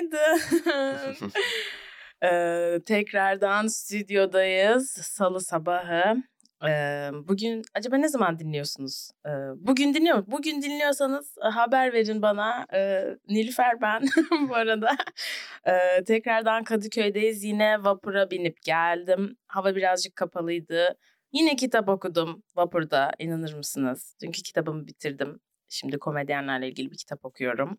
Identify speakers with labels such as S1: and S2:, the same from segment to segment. S1: Günaydın. Ee, tekrardan stüdyodayız. Salı sabahı. Ee, bugün acaba ne zaman dinliyorsunuz? Ee, bugün dinliyor Bugün dinliyorsanız e, haber verin bana. Ee, Nilüfer ben bu arada. Ee, tekrardan Kadıköy'deyiz. Yine vapura binip geldim. Hava birazcık kapalıydı. Yine kitap okudum vapurda. inanır mısınız? Dünkü kitabımı bitirdim. Şimdi komedyenlerle ilgili bir kitap okuyorum.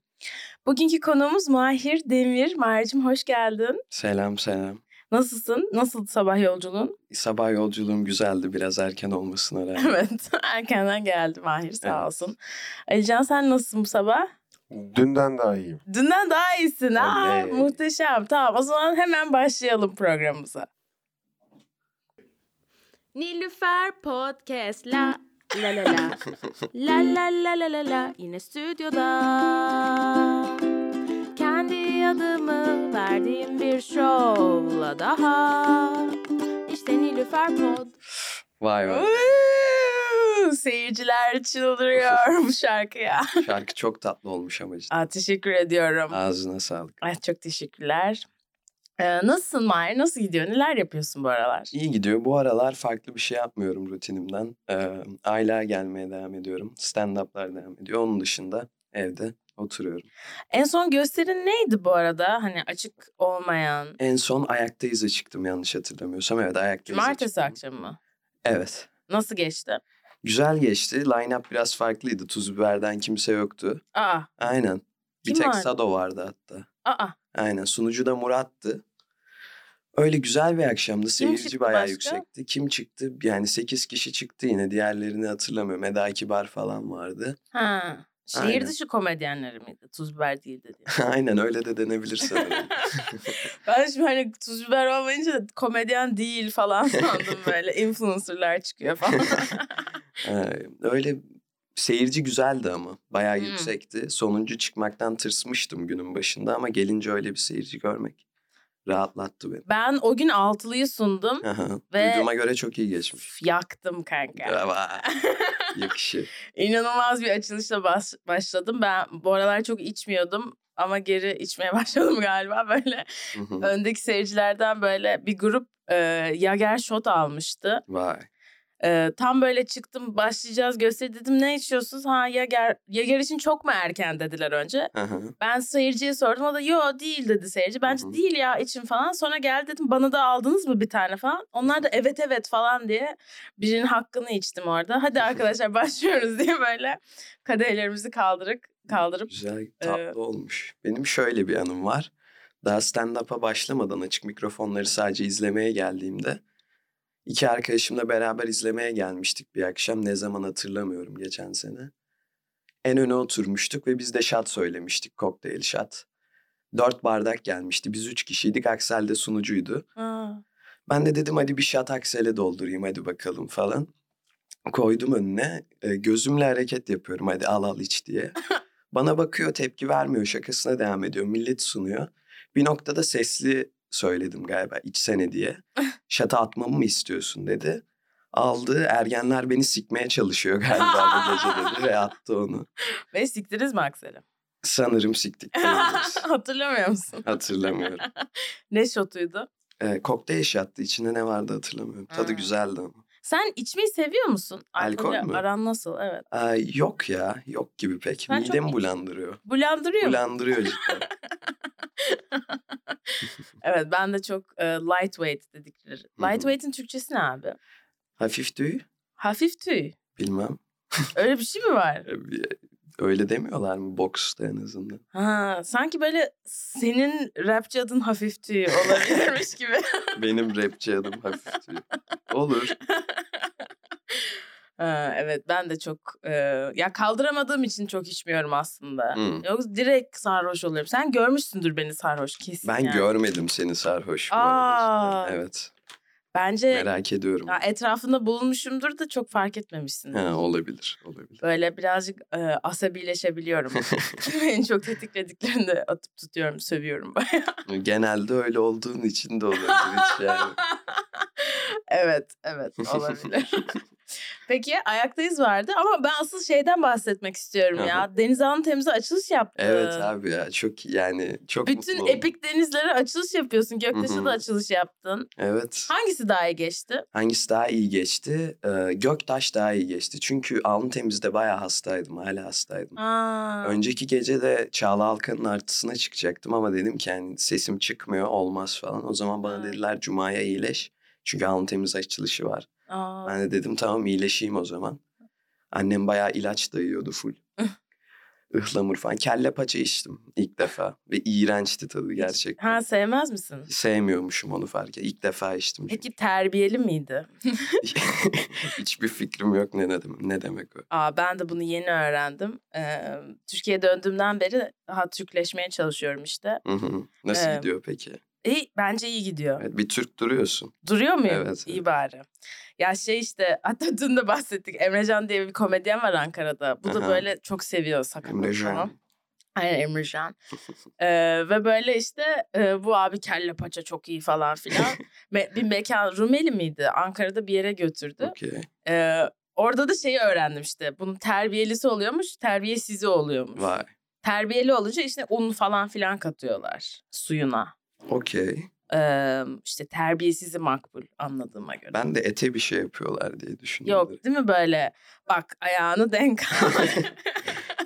S1: Bugünkü konuğumuz Mahir Demir. Mahir'cim hoş geldin.
S2: Selam selam.
S1: Nasılsın? Nasıl sabah yolculuğun?
S2: Sabah yolculuğum güzeldi biraz erken olmasına rağmen.
S1: Evet. Erkenden geldi Mahir sağ
S2: Evet.
S1: olsun. Alican sen nasılsın bu sabah?
S3: Dünden daha iyiyim.
S1: Dünden daha iyisin. Aa,
S2: Oley.
S1: muhteşem. Tamam o zaman hemen başlayalım programımıza.
S4: Nilüfer Podcast la la la la la la la la la la yine stüdyoda kendi adımı verdiğim bir şovla daha işte Nilüfer Pod
S2: Vay vay.
S1: Uuu, Seyirciler çıldırıyor bu şarkıya.
S2: Şarkı çok tatlı olmuş ama cidden.
S1: Aa, teşekkür ediyorum.
S2: Ağzına sağlık.
S1: Ay, çok teşekkürler. Ee, nasılsın Mahir? Nasıl gidiyor? Neler yapıyorsun bu aralar?
S2: İyi gidiyor. Bu aralar farklı bir şey yapmıyorum rutinimden. Ee, aylığa gelmeye devam ediyorum. Stand-up'lar devam ediyor. Onun dışında evde oturuyorum.
S1: En son gösterin neydi bu arada? Hani açık olmayan.
S2: En son Ayaktayız'a çıktım yanlış hatırlamıyorsam. Evet Ayaktayız'a
S1: Cumartesi
S2: çıktım.
S1: akşamı mı?
S2: Evet.
S1: Nasıl geçti?
S2: Güzel geçti. Line-up biraz farklıydı. Tuz biberden kimse yoktu.
S1: Aa,
S2: Aynen. Bir
S1: Kim
S2: tek
S1: vardı?
S2: Sado vardı hatta.
S1: aa.
S2: Aynen. Sunucu da Murat'tı. Öyle güzel bir akşamdı.
S1: çıktı
S2: Seyirci bayağı
S1: başka?
S2: yüksekti. Kim çıktı? Yani 8 kişi çıktı yine. Diğerlerini hatırlamıyorum. Eda Kibar falan vardı.
S1: Ha. Şehir
S2: Aynen.
S1: dışı komedyenleri miydi? Tuz biber değildi diye.
S2: Aynen öyle de denebilir sanırım.
S1: Ben şimdi hani tuz biber olmayınca komedyen değil falan sandım böyle. Influencerlar çıkıyor falan.
S2: Ee, öyle seyirci güzeldi ama. Bayağı
S1: Hmm.
S2: yüksekti. Sonuncu çıkmaktan tırsmıştım günün başında ama gelince öyle bir seyirci görmek rahatlattı beni.
S1: ben o gün altılıyı sundum.
S2: Aha,
S1: Ve-
S2: Duyduğuma göre çok iyi geçmiş.
S1: Üf, Yaktım kanka.
S2: Bravo. Yakışır.
S1: İnanılmaz bir açılışla baş- başladım. Ben bu aralar çok içmiyordum ama geri içmeye başladım galiba böyle.
S2: Hı hı.
S1: Öndeki seyircilerden böyle bir grup e, Yager shot almıştı.
S2: Vay.
S1: Ee, tam böyle çıktım başlayacağız gösteri dedim ne içiyorsunuz? Ha Yager, Yager için çok mu erken dediler önce.
S2: Hı hı.
S1: Ben seyirciye sordum o da yo değil dedi seyirci. Bence
S2: Hı hı.
S1: değil ya için falan. Sonra geldi dedim bana da aldınız mı bir tane falan. Onlar da evet evet falan diye birinin hakkını içtim orada. Hadi arkadaşlar başlıyoruz diye böyle kadehlerimizi kaldırıp kaldırıp
S2: Güzel, tatlı olmuş. Benim şöyle bir anım var. Daha stand-up'a başlamadan açık mikrofonları sadece izlemeye geldiğimde iki arkadaşımla beraber izlemeye gelmiştik bir akşam. Ne zaman hatırlamıyorum geçen sene. En öne oturmuştuk ve biz de şat söylemiştik, kokteyl şat. Dört bardak gelmişti. Biz üç kişiydik. Aksel de sunucuydu.
S1: "Aa,
S2: Ben de dedim hadi bir şat aksele doldurayım hadi bakalım falan. Koydum önüne e, gözümle hareket yapıyorum hadi al al iç diye. Bana bakıyor tepki vermiyor şakasına devam ediyor millet sunuyor. Bir noktada sesli söyledim galiba içsene diye. Şata atmamı mı istiyorsun dedi. Aldı ergenler beni sikmeye çalışıyor galiba bu gece dedi ve attı onu.
S1: ve siktiniz mi Aksel'i?
S2: Sanırım siktik diyebiliriz.
S1: Hatırlamıyor musun?
S2: Hatırlamıyorum.
S1: Ne şotuydu?
S2: E, kokteyl şattı içinde ne vardı hatırlamıyorum. Tadı
S1: Hmm.
S2: güzeldi ama.
S1: Sen içmeyi seviyor musun?
S2: Alkol
S1: Alkolle
S2: mü?
S1: Aran nasıl? Evet.
S2: Ay, yok ya. Yok gibi pek.
S1: Ben çok
S2: Midemi
S1: iç-
S2: bulandırıyor.
S1: Bulandırıyor mu?
S2: Bulandırıyor cidden.
S1: Evet ben de çok e, lightweight dedikleri.
S2: Hı hı.
S1: Lightweight'in Türkçesi ne abi?
S2: Hafif tüy.
S1: Hafif tüy.
S2: Bilmem.
S1: Öyle bir şey mi var?
S2: E, bir- Öyle demiyorlar mı boksta en azından?
S1: Ha, sanki böyle senin rapçi adın Hafif tüy olabilirmiş gibi.
S2: Benim rapçi adım hafif tüy. Olur.
S1: Ha, evet ben de çok e, ya kaldıramadığım için çok içmiyorum aslında.
S2: Hı.
S1: Yoksa direkt sarhoş oluyorum. Sen görmüşsündür beni sarhoş kesin.
S2: Ben
S1: yani.
S2: görmedim seni sarhoş. bu arada
S1: Aa.
S2: cidden. Evet.
S1: Bence
S2: Merak ediyorum.
S1: ya, etrafında bulunmuşumdur da çok fark etmemişsindir.
S2: Ha, olabilir. Olabilir.
S1: Böyle birazcık e, asabileşebiliyorum. Beni çok tetiklediklerinde atıp tutuyorum, sövüyorum.
S2: Genelde öyle
S1: Ee.
S2: olduğun için de olabilir. Hiç yani.
S1: evet, evet olabilir. Peki ayaktayız vardı ama ben asıl şeyden bahsetmek istiyorum ya. Denizhanı temize açılış yaptı.
S2: Evet abi ya çok yani çok
S1: Bütün
S2: mutlu oldum.
S1: epik denizlere açılış yapıyorsun. Göktaş'a
S2: Hı
S1: da
S2: hı.
S1: açılış yaptın.
S2: Evet.
S1: Hangisi daha iyi geçti?
S2: Hangisi daha iyi geçti? Ee, Göktaş daha iyi geçti. Çünkü alnı temizde bayağı hastaydım. Hala hastaydım.
S1: Aa,
S2: Önceki gece de Çağla Alkan'ın artısına çıkacaktım ama dedim ki yani sesim çıkmıyor olmaz falan. O zaman bana
S1: Ha.
S2: dediler Cuma'ya iyileş. Çünkü alnı temiz açılışı var.
S1: aa.
S2: Ben de dedim tamam iyileşeyim o zaman. Annem bayağı ilaç dayıyordu full. Ihlamur falan. Kelle paça içtim ilk defa. Ve iğrençti tadı gerçekten.
S1: Ha sevmez misin?
S2: Sevmiyormuşum onu fark et. İlk defa içtim. çünkü.
S1: Peki terbiyeli miydi?
S2: Hiçbir fikrim yok ne, ne, demek, ne demek o.
S1: Aa, ben de bunu yeni öğrendim. Ee, Türkiye'ye döndüğümden beri daha Türkleşmeye çalışıyorum işte.
S2: Hı hı. Nasıl
S1: Ee,
S2: gidiyor peki?
S1: İyi, bence iyi gidiyor.
S2: Evet, bir Türk duruyorsun.
S1: Duruyor muyum?
S2: Evet,
S1: İyi
S2: evet.
S1: bari. Ya şey işte hatta dün de bahsettik. Emrecan diye bir komedyen var Ankara'da. Bu da
S2: Aha.
S1: böyle çok seviyor sakatlık
S2: Emrecan.
S1: falan. Aynen Emrecan. Ee, ve böyle işte e, bu abi kelle paça çok iyi falan filan. Me- bir mekan Rumeli miydi? Ankara'da bir yere götürdü.
S2: Okey.
S1: Ee, orada da şeyi öğrendim işte. Bunun terbiyelisi oluyormuş, terbiyesizi oluyormuş.
S2: Vay.
S1: Terbiyeli olunca işte un falan filan katıyorlar suyuna.
S2: Okey.
S1: Ee, işte terbiyesizi makbul anladığıma göre.
S2: Ben de ete bir şey yapıyorlar diye düşündüm. direkt.
S1: Yok değil mi böyle bak ayağını denk al.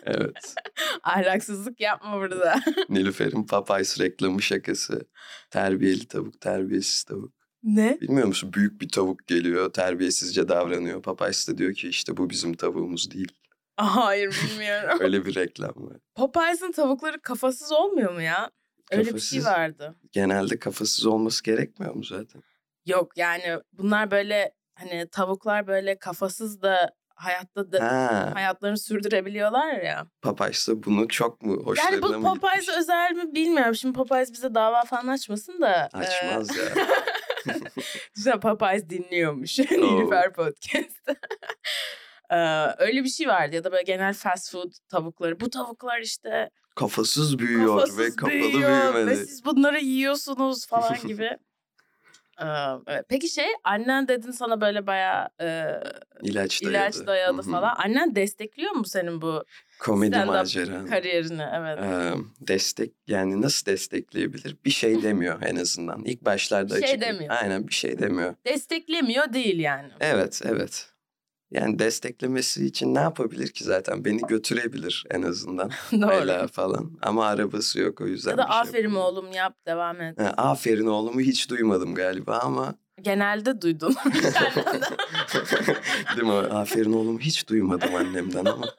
S2: Evet.
S1: Ahlaksızlık yapma burada.
S2: Nilüfer'in Popeyes reklamı şakası. Terbiyeli tavuk, terbiyesiz tavuk.
S1: ne?
S2: Bilmiyor musun? Büyük bir tavuk geliyor, terbiyesizce davranıyor. Popeyes de diyor ki işte bu bizim tavuğumuz değil.
S1: Hayır bilmiyorum.
S2: Öyle bir reklam var.
S1: Popeyes'in tavukları kafasız olmuyor mu ya? Öyle bir
S2: Kafasız.
S1: şey vardı.
S2: Genelde kafasız olması gerekmiyor mu zaten?
S1: Yok yani bunlar böyle hani tavuklar böyle kafasız da hayatta da
S2: Ha,
S1: hayatlarını sürdürebiliyorlar ya.
S2: Popeyes de bunu çok mu hoşlarına
S1: Yani bu
S2: mı gitmiş?
S1: Popeyes özel mi bilmiyorum. Şimdi Popeyes bize dava falan açmasın da. e,
S2: Açmaz ya.
S1: Düşünsene Popeyes dinliyormuş. Nilüfer Podcast'ı. E, Öyle bir şey vardı ya da böyle genel fast food tavukları. Bu tavuklar işte
S2: Kafasız büyüyor
S1: kafasız
S2: ve kapalı
S1: büyüyor ve
S2: büyümedi.
S1: siz bunları yiyorsunuz falan gibi. E, evet. Peki şey annen dedin sana böyle bayağı e,
S2: İlaç dayadı.
S1: ilaç dayadı
S2: Hı hı.
S1: falan. Annen destekliyor mu senin bu
S2: Komedi
S1: Stand-up
S2: macera.
S1: kariyerini? Evet.
S2: Ee, destek yani nasıl destekleyebilir? Bir şey demiyor en azından. İlk başlarda
S1: Bir şey
S2: açık-
S1: demiyor.
S2: Aynen bir şey demiyor.
S1: Desteklemiyor değil yani.
S2: Evet evet. Yani desteklemesi için ne yapabilir ki zaten? Beni götürebilir en azından.
S1: Doğru.
S2: Hala falan. Ama arabası yok o yüzden.
S1: Ya da
S2: bir şey
S1: aferin
S2: yapamıyor.
S1: oğlum yap devam et.
S2: Ha, aferin oğlumu hiç duymadım galiba ama.
S1: Genelde duydun. Bir tane de.
S2: Değil mi? Aferin oğlumu hiç duymadım annemden ama.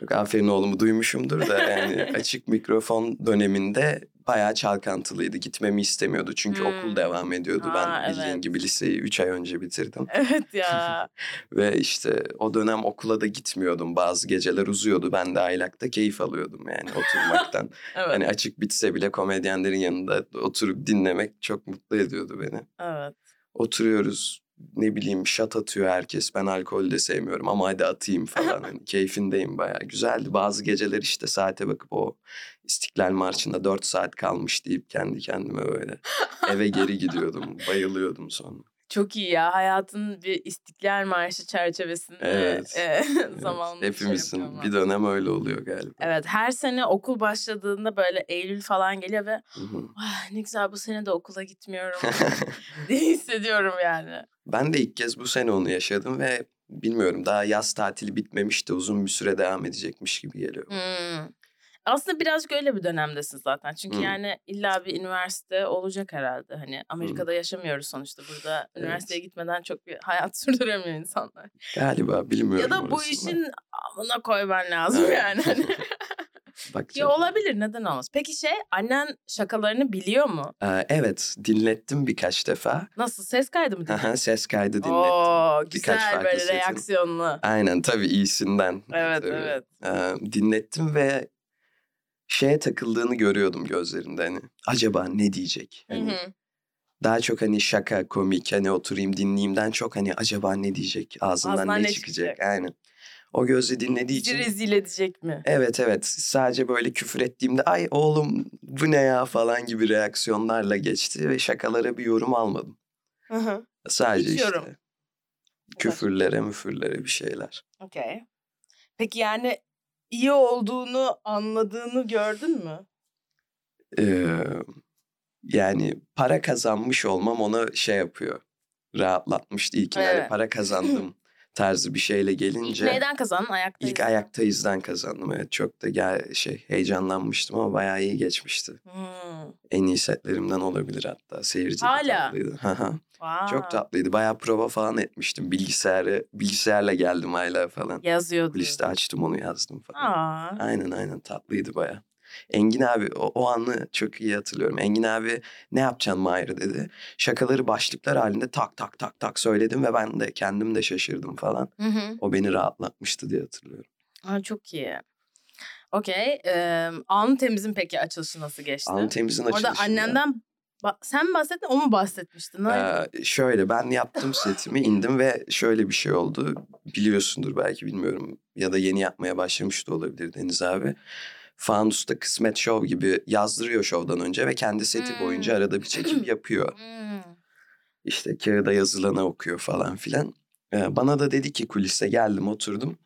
S2: Yok, aferin oğlumu duymuşumdur da yani açık mikrofon döneminde bayağı çalkantılıydı. Gitmemi istemiyordu çünkü
S1: Hmm.
S2: okul devam ediyordu.
S1: Aa,
S2: ben bildiğin
S1: evet.
S2: gibi liseyi 3 ay önce bitirdim.
S1: evet ya.
S2: Ve işte o dönem okula da gitmiyordum. Bazı geceler uzuyordu. Ben de aylakta keyif alıyordum yani oturmaktan.
S1: Evet.
S2: hani açık bitse bile komedyenlerin yanında oturup dinlemek çok mutlu ediyordu beni
S1: evet.
S2: oturuyoruz ne bileyim şat atıyor herkes ben alkol de sevmiyorum ama hadi atayım falan Hani keyfindeyim bayağı güzeldi bazı geceler işte saate bakıp o İstiklal Marşı'nda 4 saat kalmış deyip kendi kendime böyle eve geri gidiyordum bayılıyordum sonra
S1: Çok iyi ya. Hayatın bir istiklal marşı çerçevesinde
S2: Evet.
S1: e,
S2: Evet,
S1: zamanını şey
S2: hepimizin
S1: yapıyor ama.
S2: bir dönem öyle oluyor galiba
S1: Evet her sene okul başladığında böyle Eylül falan geliyor ve
S2: Hı hı.
S1: "Ah, ne güzel bu sene de okula gitmiyorum diye hissediyorum yani.
S2: ben de ilk kez bu sene onu yaşadım ve bilmiyorum daha yaz tatili bitmemiş de uzun bir süre devam edecekmiş gibi geliyor
S1: Hmm. Aslında birazcık öyle bir dönemdesin zaten. Çünkü
S2: Hmm.
S1: yani illa bir üniversite olacak herhalde. Hani Amerika'da yaşamıyoruz sonuçta. Burada
S2: Evet.
S1: üniversiteye gitmeden çok bir hayat sürdüremiyor insanlar.
S2: galiba
S1: ya
S2: bilmiyorum
S1: da bu
S2: orasını.
S1: işin amına koyman lazım
S2: Evet.
S1: yani. Hani- ya
S2: Bakacağım.
S1: olabilir neden olmaz. Peki şey annen şakalarını biliyor mu?
S2: Ee, evet dinlettim birkaç defa.
S1: Nasıl ses kaydı mı dinledin?
S2: Aha, ses kaydı dinlettim.
S1: Oo
S2: Birkaç
S1: güzel
S2: farklı şey
S1: böyle
S2: setin.
S1: reaksiyonlu.
S2: Aynen tabii iyisinden.
S1: Evet
S2: Tabii.
S1: evet.
S2: Ee, dinlettim ve şeye takıldığını görüyordum gözlerinde hani. Acaba ne diyecek?
S1: Hı
S2: Hani
S1: hı.
S2: daha çok hani şaka, komik hani oturayım dinleyeyimden çok hani acaba ne diyecek? Ağzından,
S1: Ağzından
S2: ne,
S1: ne
S2: çıkacak?
S1: çıkacak?
S2: Aynen. O gözle dinlediği
S1: Bizi
S2: için.
S1: rezil edecek mi?
S2: Evet evet sadece böyle küfür ettiğimde ay oğlum bu ne ya falan gibi reaksiyonlarla geçti ve şakalara bir yorum almadım.
S1: Hı hı.
S2: Sadece
S1: Hiç yorum.
S2: işte. Küfürlere müfürlere bir şeyler.
S1: Okey. Peki yani iyi olduğunu anladığını gördün mü?
S2: Ee, yani para kazanmış olmam ona şey yapıyor. Rahatlatmıştı. İyi ki
S1: Evet.
S2: yani para kazandım tarzı bir şeyle gelince.
S1: Neyden kazandın? Ayaktayız.
S2: İlk ayakta izden kazandım. Evet çok da gel şey heyecanlanmıştım ama bayağı iyi geçmişti.
S1: Hmm.
S2: En iyi setlerimden olabilir hatta. Seyirci de
S1: Hala?
S2: tatlıydı. Hı hı.
S1: Vay.
S2: çok tatlıydı. Bayağı prova falan etmiştim. Bilgisayarı bilgisayarla geldim hala falan.
S1: Yazıyordu.
S2: Kuliste açtım onu yazdım falan.
S1: Aa.
S2: Aynen aynen tatlıydı baya. Engin abi o, o anı çok iyi hatırlıyorum. Engin abi ne yapacaksın Mahir dedi. Şakaları başlıklar halinde tak tak tak tak söyledim ve ben de kendim de şaşırdım falan.
S1: Hı hı.
S2: O beni rahatlatmıştı diye hatırlıyorum.
S1: Aa, çok iyi. Okey. Eee Alnı Temiz'in peki açılışı nasıl geçti?
S2: Alın temizin açılışında.
S1: Orada annemden ba- sen mi bahsettin o mu bahsetmişti? Ne-
S2: Ee, şöyle ben yaptım setimi indim ve şöyle bir şey oldu. Biliyorsundur belki bilmiyorum ya da yeni yapmaya başlamış da olabilir Deniz abi. Fanus'ta Kısmet Show gibi yazdırıyor şovdan önce ve kendi seti
S1: Hmm.
S2: boyunca arada bir çekim yapıyor.
S1: Hmm.
S2: İşte kağıda yazılanı okuyor falan filan. Ee, bana da dedi ki kulise geldim oturdum.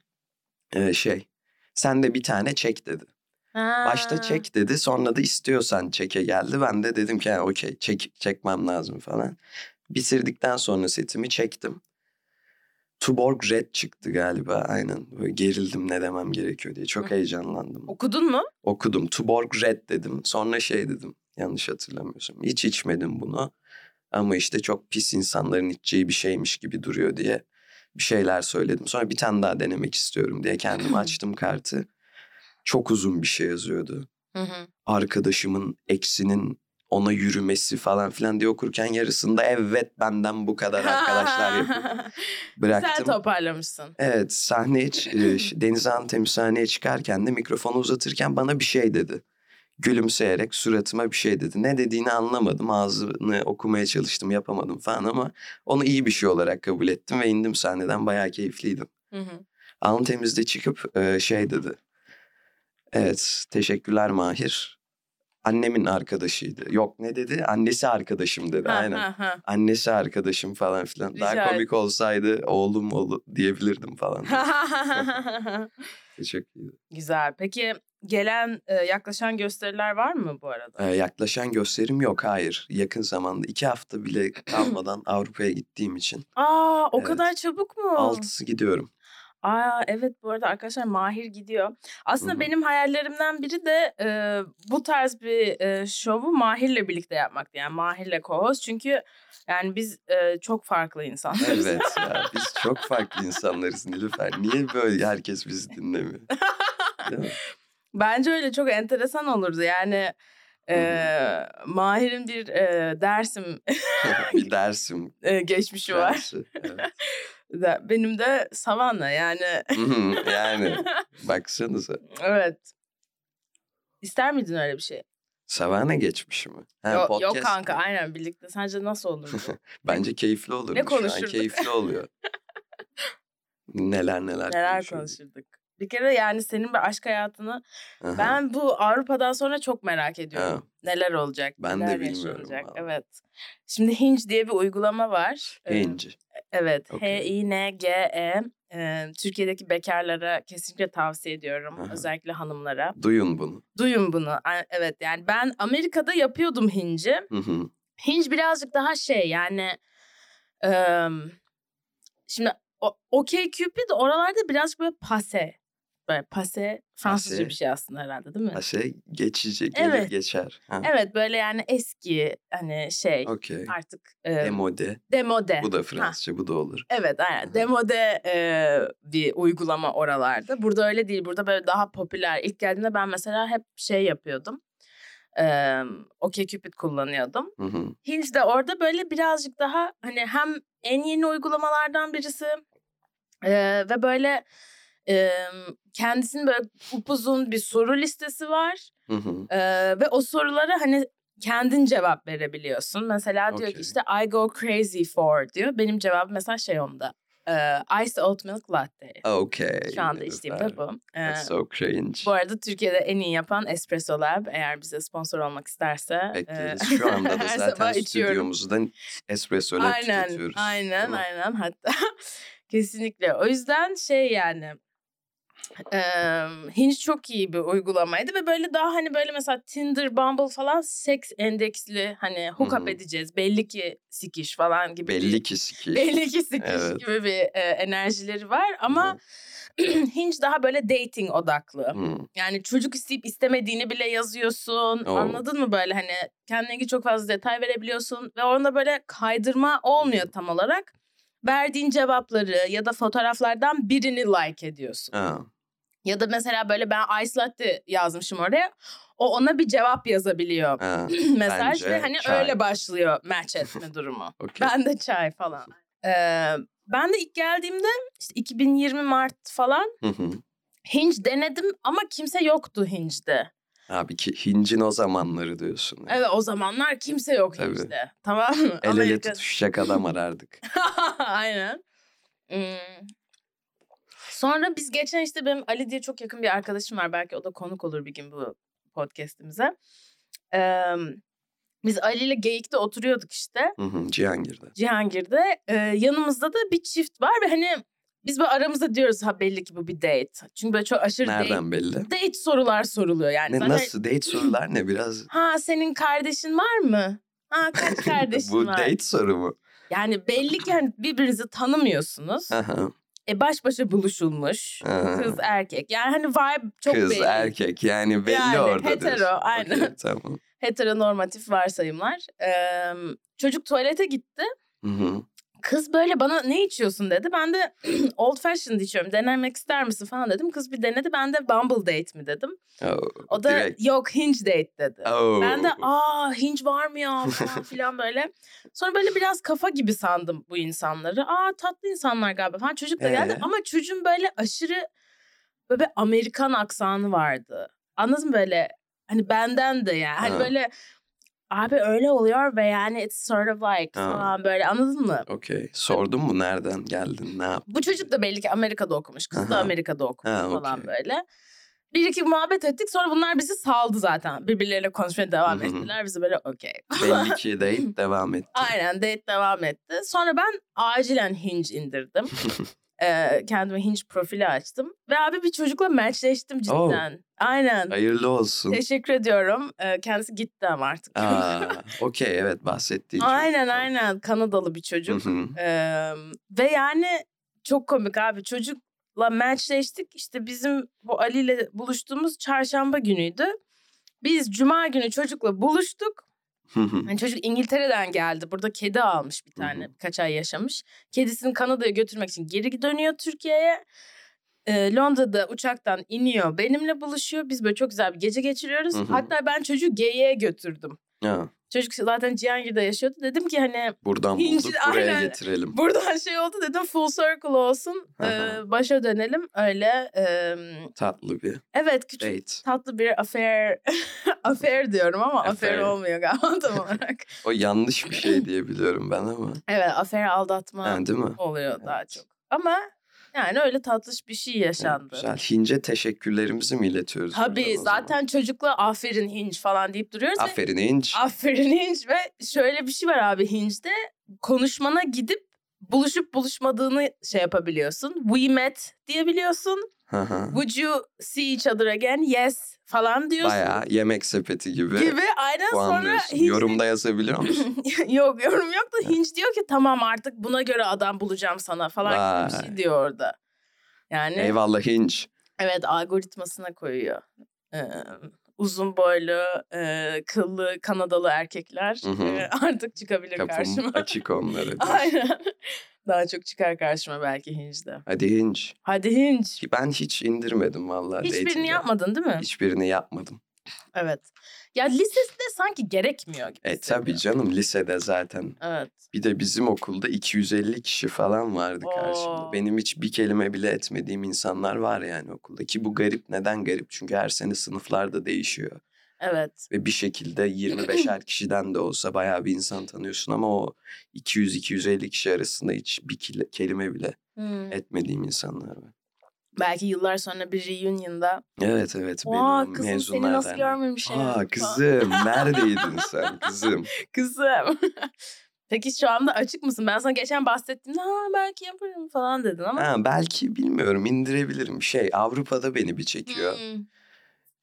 S2: Ee, şey sen de bir tane çek dedi.
S1: Ha.
S2: Başta çek dedi sonra da istiyorsan çeke geldi. Ben de dedim ki "Ha, okey çek, çekmem lazım falan. Bitirdikten sonra setimi çektim. Tuborg Red çıktı galiba aynen. Böyle gerildim ne demem gerekiyor diye. Çok
S1: Hı.
S2: heyecanlandım.
S1: Okudun mu?
S2: Okudum Tuborg Red dedim. Sonra şey dedim yanlış hatırlamıyorsun. Hiç içmedim bunu. Ama işte çok pis insanların içeceği bir şeymiş gibi duruyor diye bir şeyler söyledim. Sonra bir tane daha denemek istiyorum diye kendim açtım kartı. Çok uzun bir şey yazıyordu
S1: Hı hı.
S2: arkadaşımın eksinin ona yürümesi falan filan diye okurken yarısında evet benden bu kadar arkadaşlar yapıp
S1: Sen
S2: bıraktım.
S1: toparlamışsın.
S2: Evet sahneye ç- e, ş- Deniz Hanım temiz sahneye çıkarken de mikrofonu uzatırken bana bir şey dedi. Gülümseyerek suratıma bir şey dedi. Ne dediğini anlamadım. Ağzını okumaya çalıştım yapamadım falan ama onu iyi bir şey olarak kabul ettim ve indim sahneden bayağı keyifliydim.
S1: Hı hı.
S2: Alın temizde çıkıp e, şey dedi. Evet teşekkürler Mahir. Annemin arkadaşıydı. Yok ne dedi? Annesi arkadaşım dedi.
S1: Ha,
S2: Aynen.
S1: ha, ha.
S2: Annesi arkadaşım falan filan. Daha
S1: Rica
S2: komik olsaydı oğlum oğlu diyebilirdim falan. Teşekkür ederim.
S1: Güzel. Peki gelen e, yaklaşan gösteriler var mı bu arada?
S2: E, yaklaşan gösterim yok hayır. Yakın zamanda iki hafta bile kalmadan Avrupa'ya gittiğim için.
S1: Aa o
S2: Evet.
S1: kadar çabuk mu?
S2: Altısı gidiyorum.
S1: Aa evet bu arada arkadaşlar Mahir gidiyor. Aslında
S2: Hı hı.
S1: benim hayallerimden biri de e, bu tarz bir e, şovu Mahir'le birlikte yapmaktı. Yani Mahir'le co-host çünkü yani biz e, çok farklı insanlarız.
S2: Evet ya biz çok farklı insanlarız Nilüfer. Niye böyle herkes bizi dinlemiyor? Değil mi?
S1: Bence öyle çok enteresan olurdu. Yani e, Mahir'in bir e, dersim
S2: bir dersim.
S1: e, geçmişi var.
S2: dersi, evet.
S1: Da- Benim de Savana yani
S2: Mhm, yani baksanıza.
S1: evet. İster miydin öyle bir şey?
S2: Savana geçmiş mi? Ha,
S1: yok,
S2: podcast
S1: yok
S2: mi?
S1: kanka aynen birlikte. Sence nasıl olurdu?
S2: Bence keyifli olur.
S1: Ne
S2: Şu an
S1: konuşurduk?
S2: keyifli oluyor. neler neler,
S1: Neler
S2: konuşurduk.
S1: konuşurduk? Bir kere yani senin bir aşk hayatını
S2: Aha.
S1: ben bu Avrupa'dan sonra çok merak ediyorum. Neler olacak?
S2: Ben de
S1: neler
S2: bilmiyorum
S1: yaşanacak,
S2: vallahi.
S1: Evet. Şimdi Hinge diye bir uygulama var. Ee,
S2: Hinge.
S1: Evet.
S2: Okey.
S1: H-I-N-G-E. Ee, Türkiye'deki bekarlara kesinlikle tavsiye ediyorum.
S2: Aha.
S1: Özellikle hanımlara.
S2: Duyun bunu.
S1: Duyun bunu. A- Evet yani ben Amerika'da yapıyordum Hinge'i.
S2: Mhm.
S1: Hinge birazcık daha şey yani em, şimdi o- okey Cupid oralarda birazcık böyle pase. Böyle pase Fransızca
S2: Pase.
S1: bir şey aslında herhalde değil mi?
S2: Ha şey geçecek, gelir
S1: Evet.
S2: geçer. Ha.
S1: Evet böyle yani eski hani şey
S2: Okey.
S1: artık em,
S2: Demode.
S1: demode.
S2: Bu da
S1: Ha,
S2: Fransızca, bu da olur.
S1: Evet aynen.
S2: Hı hı.
S1: Demode e, bir uygulama oralarda. Burada öyle değil. Burada böyle daha popüler. İlk geldiğimde ben mesela hep şey yapıyordum. Eee okey Cupid kullanıyordum.
S2: Mhm.
S1: Hinge de orada böyle birazcık daha hani hem en yeni uygulamalardan birisi eee, ve böyle eee, kendisinin böyle upuzun bir soru listesi var
S2: Mhm.
S1: Eee, ve o sorulara hani kendin cevap verebiliyorsun. Mesela diyor ki
S2: Okey.
S1: işte I go crazy for diyor. Benim cevabım mesela şey onda. Ee, Ice Oat Milk Latte.
S2: Okay.
S1: Şu anda içtiğim de bu. Ee,
S2: That's so cringe.
S1: bu arada Türkiye'de en iyi yapan Espresso Lab. Eğer bize sponsor olmak isterse. e,
S2: Bekleriz. Şu anda da
S1: her
S2: zaten
S1: sabah içiyorum.
S2: stüdyomuzdan espresso ile
S1: Aynen,
S2: tüketiyoruz. değil
S1: aynen,
S2: mi?
S1: aynen. Hatta kesinlikle. O yüzden şey yani eee Hinge çok iyi bir uygulamaydı ve böyle daha hani böyle mesela Tinder, Bumble falan seks endeksli hani hookup
S2: Hı hı.
S1: edeceğiz. Belli ki sikiş falan gibi. bir-
S2: Belli ki sikiş.
S1: Belli ki sikiş
S2: Evet.
S1: gibi bir e, enerjileri var ama Hinge daha böyle dating odaklı.
S2: Hı.
S1: Yani çocuk isteyip istemediğini bile yazıyorsun.
S2: Oo.
S1: Anladın mı böyle hani kendine ilgili çok fazla detay verebiliyorsun ve orada böyle kaydırma olmuyor tam olarak. Verdiğin cevapları ya da fotoğraflardan birini like ediyorsun.
S2: Ha.
S1: Ya da mesela böyle ben ice latte yazmışım oraya. O ona bir cevap yazabiliyor.
S2: Ha.
S1: Mesaj ve
S2: Bence
S1: hani
S2: çay.
S1: öyle başlıyor match etme durumu.
S2: Okay.
S1: Ben de çay falan. Ee, ben de ilk geldiğimde işte 2020 Mart falan
S2: Hı hı.
S1: Hinge denedim ama kimse yoktu Hinge'de.
S2: Abi ki Hinge'in o zamanları diyorsun.
S1: Evet o zamanlar kimse yok
S2: Tabii.
S1: Hinge'de. Tamam mı?
S2: El ele
S1: Amerika-
S2: tutuşacak adam arardık.
S1: Aynen. Hmm. Sonra biz geçen işte benim Ali diye çok yakın bir arkadaşım var. Belki o da konuk olur bir gün bu podcast'imize. Ee, biz Ali ile Geyik'te oturuyorduk işte.
S2: Hı hı. Cihangir'de.
S1: Cihangir'de. Ee, yanımızda da bir çift var ve hani biz böyle aramızda diyoruz ha belli ki bu bir date. Çünkü böyle çok aşırı date,
S2: Nereden belli?
S1: date sorular soruluyor yani.
S2: Ne,
S1: Zaten,
S2: nasıl date sorular ne biraz?
S1: Ha senin kardeşin var mı? Ha kaç kardeşin
S2: Bu
S1: var?
S2: date soru mu?
S1: Yani belli ki hani birbirinizi tanımıyorsunuz.
S2: Aha.
S1: e baş başa buluşulmuş.
S2: Ha.
S1: Kız erkek. Yani hani vibe çok
S2: Kız
S1: belli.
S2: erkek yani belli
S1: Yani
S2: orada
S1: hetero,
S2: diyorsun.
S1: aynen.
S2: Okey, tamam.
S1: Heteronormatif varsayımlar. Ee, çocuk tuvalete gitti.
S2: Hı hı.
S1: Kız böyle bana ne içiyorsun dedi. Ben de old fashioned içiyorum. Denemek ister misin falan dedim. Kız bir denedi. Ben de Bumble date mi dedim.
S2: Oh,
S1: O da
S2: direkt.
S1: yok Hinge date dedi.
S2: Oh.
S1: Ben de aa Hinge var mı ya falan filan böyle. Sonra böyle biraz kafa gibi sandım bu insanları. Aa tatlı insanlar galiba falan. Çocuk da geldi
S2: Ee?
S1: ama çocuğun böyle aşırı böyle bir Amerikan aksanı vardı. Anladın mı böyle? Hani benden de yani. Hani
S2: Ha.
S1: böyle abi öyle oluyor ve yani it's sort of like
S2: Ha.
S1: falan böyle anladın mı?
S2: Okey. Sordun mu nereden geldin? Ne yap?
S1: Bu çocuk da belli ki Amerika'da okumuş. Kız da
S2: Aha.
S1: Amerika'da okumuş
S2: Ha,
S1: falan
S2: okey.
S1: böyle. Bir iki muhabbet ettik. Sonra bunlar bizi saldı zaten. Birbirleriyle konuşmaya devam
S2: Hı hı.
S1: ettiler. Bizi böyle okey.
S2: Belli ki date devam etti.
S1: Aynen date devam etti. Sonra ben acilen Hinge indirdim. Ee, kendime Hinge profili açtım. Ve abi bir çocukla matchleştim
S2: Oh.
S1: cidden. Aynen.
S2: Hayırlı olsun.
S1: Teşekkür ediyorum. Ee, kendisi gitti ama artık.
S2: Aa, okey evet bahsettiğin. çocuk.
S1: aynen aynen. Kanadalı bir
S2: Hı
S1: çocuk.
S2: hı.
S1: Eee, ve yani çok komik abi çocukla matchleştik işte bizim bu Ali ile buluştuğumuz çarşamba günüydü. Biz cuma günü çocukla buluştuk.
S2: Hı hı.
S1: Hani çocuk İngiltere'den geldi. Burada kedi almış bir tane.
S2: Hı
S1: Birkaç ay yaşamış. Kedisini Kanada'ya götürmek için geri dönüyor Türkiye'ye. Eee, Londra'da uçaktan iniyor. Benimle buluşuyor. Biz böyle çok güzel bir gece geçiriyoruz.
S2: Hı hı.
S1: Hatta ben çocuğu geyiğe götürdüm.
S2: Ha,
S1: Çocuk zaten Cihangir'de yaşıyordu. Dedim ki hani
S2: buradan
S1: İnci-
S2: bulduk buraya
S1: aynen.
S2: getirelim.
S1: Buradan şey oldu dedim full circle olsun.
S2: Aha.
S1: Ee, başa dönelim öyle. ee,
S2: Tatlı bir
S1: evet küçük
S2: date.
S1: tatlı bir affair. affair diyorum ama affair
S2: Affair.
S1: olmuyor galiba tam olarak.
S2: O yanlış bir şey diye biliyorum ben ama.
S1: evet affair aldatma
S2: Ha, değil mi?
S1: oluyor daha
S2: Evet.
S1: çok. Ama yani öyle tatlış bir şey yaşandı.
S2: Güzel. Hince teşekkürlerimizi mi iletiyoruz? buradan
S1: Tabii
S2: o zaman?
S1: zaten çocukla aferin hinge falan deyip duruyoruz. ve-
S2: Aferin Hinç.
S1: Aferin Hinge ve şöyle bir şey var abi Hinge'de konuşmana gidip buluşup buluşmadığını şey yapabiliyorsun. We met diyebiliyorsun.
S2: Hı hı.
S1: Would you see each other again? Yes falan diyorsun.
S2: Bayağı yemek sepeti gibi.
S1: gibi aynen sonra
S2: puanlıyorsun.
S1: Hinge
S2: Yorumda yazabiliyor musun?
S1: yok yorum yok da Hinge diyor ki tamam artık buna göre adam bulacağım sana falan gibi bir
S2: Vay.
S1: şey diyor orada. Yani
S2: Eyvallah Hinç.
S1: evet algoritmasına koyuyor. Ee, uzun boylu, e, kıllı Kanadalı erkekler
S2: Hı hı.
S1: e, artık çıkabilir
S2: Kapım
S1: karşıma.
S2: açık onlara. diyorsun.
S1: Aynen. Daha çok çıkar karşıma belki Hinge'de.
S2: Hadi Hinç.
S1: Hadi Hinge.
S2: Ki ben hiç indirmedim vallahi.
S1: Hiçbirini
S2: dating'e.
S1: yapmadın değil mi?
S2: Hiçbirini yapmadım.
S1: Evet. Ya lisede sanki gerekmiyor gibi.
S2: E
S1: hissediyorum.
S2: tabii canım lisede zaten.
S1: Evet.
S2: Bir de bizim okulda 250 kişi falan vardı
S1: Oo.
S2: karşımda. Benim hiç bir kelime bile etmediğim insanlar var yani okulda. Ki bu garip. Neden garip? Çünkü her sene sınıflar da değişiyor.
S1: Evet.
S2: Ve bir şekilde 25'er kişiden de olsa bayağı bir insan tanıyorsun ama o 200-250 kişi arasında hiç bir kile- kelime bile
S1: Hmm.
S2: etmediğim insanlar var.
S1: Belki yıllar sonra bir reunion'da.
S2: Evet evet
S1: Aa
S2: benim
S1: kızım seni nasıl
S2: mezunlardan.
S1: görmemişim.
S2: Aa
S1: falan.
S2: kızım neredeydin sen kızım?
S1: Kızım. Peki şu anda açık mısın? Ben sana geçen bahsettiğimde ha belki yaparım falan dedin ama.
S2: Ha, belki bilmiyorum indirebilirim. Şey Avrupa'da beni bir çekiyor.
S1: Hmm.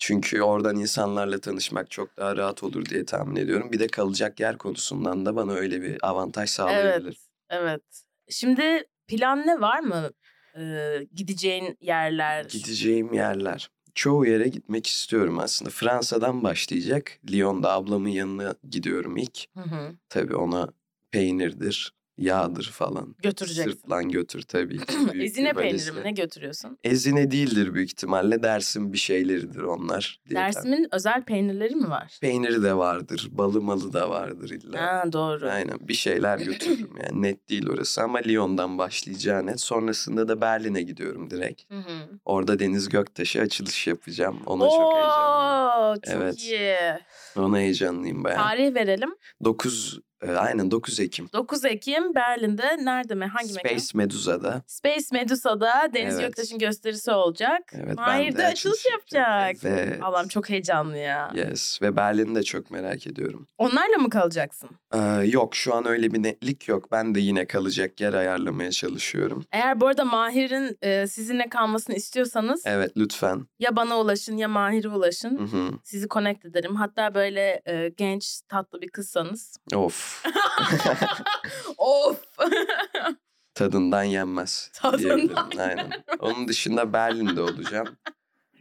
S2: Çünkü oradan insanlarla tanışmak çok daha rahat olur diye tahmin ediyorum. Bir de kalacak yer konusundan da bana öyle bir avantaj sağlayabilir.
S1: Evet. Evet. Şimdi plan ne var mı? Ee, gideceğin yerler.
S2: Gideceğim yerler. Çoğu yere gitmek istiyorum aslında. Fransa'dan başlayacak. Lyon'da ablamın yanına gidiyorum ilk.
S1: Hı hı.
S2: Tabii ona peynirdir, yağdır falan.
S1: Götüreceksin.
S2: Sırtlan götür tabii ki. Büyük
S1: Ezine
S2: bir
S1: peyniri
S2: valizle.
S1: mi ne götürüyorsun?
S2: Ezine değildir büyük ihtimalle. Dersim bir şeyleridir onlar. Diye tahmin-
S1: Dersimin özel peynirleri mi var?
S2: Peyniri de vardır, balı malı da vardır illa.
S1: Ha, doğru.
S2: Aynen bir şeyler götürürüm yani net değil orası ama Lyon'dan başlayacağı net. Sonrasında da Berlin'e gidiyorum direkt.
S1: Hı hı.
S2: Orada Deniz Göktaş'a açılış yapacağım. Ona çok heyecanlıyım.
S1: Oo, çok
S2: Evet.
S1: iyi.
S2: Ona heyecanlıyım bayağı.
S1: Tarih verelim.
S2: 9 e, aynen 9 Ekim.
S1: 9 Ekim Berlin'de nerede mi? Hangi
S2: Space
S1: mekan?
S2: Medusa'da.
S1: Space Medusa'da Deniz
S2: Evet.
S1: Göktaş'ın gösterisi olacak.
S2: Evet, ben
S1: Mahir
S2: de
S1: de açılış
S2: açılış
S1: yapacak.
S2: Evet.
S1: Allah'ım çok heyecanlı ya.
S2: Yes ve Berlin'i de çok merak ediyorum.
S1: Onlarla mı kalacaksın?
S2: Ee, yok şu an öyle bir netlik yok. Ben de yine kalacak yer ayarlamaya çalışıyorum.
S1: Eğer bu arada Mahir'in e, sizinle kalmasını istiyorsanız
S2: Evet lütfen.
S1: ya bana ulaşın ya Mahir'e ulaşın.
S2: Hı hı.
S1: Sizi connect ederim. Hatta böyle e, genç tatlı bir kızsanız.
S2: Of
S1: of.
S2: tadından yenmez.
S1: Tadından
S2: diyebilirim, Aynen. Onun dışında Berlin'de olacağım.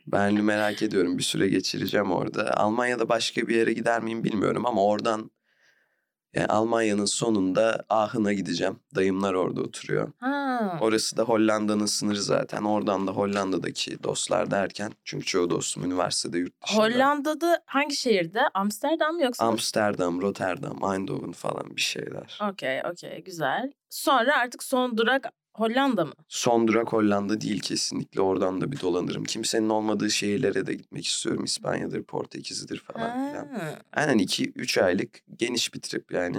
S2: Berlin'i merak ediyorum. Bir süre geçireceğim orada. Almanya'da başka bir yere gider miyim bilmiyorum ama oradan yani Almanya'nın sonunda Aachen'a gideceğim. Dayımlar orada oturuyor.
S1: ha.
S2: Orası da Hollanda'nın sınırı zaten. Oradan da Hollanda'daki dostlar derken. Çünkü çoğu dostum üniversitede yurt dışında.
S1: Hollanda'da hangi şehirde? Amsterdam mı yoksa?
S2: Amsterdam, Rotterdam, Eindhoven falan bir şeyler.
S1: Okey okey güzel. Sonra artık son durak Hollanda mı?
S2: Son durak Hollanda değil kesinlikle. Oradan da bir dolanırım. Kimsenin olmadığı şehirlere de gitmek istiyorum. İspanya'dır, Portekiz'dir falan filan.
S1: Ha.
S2: Aynen 2-3 aylık geniş bir trip yani.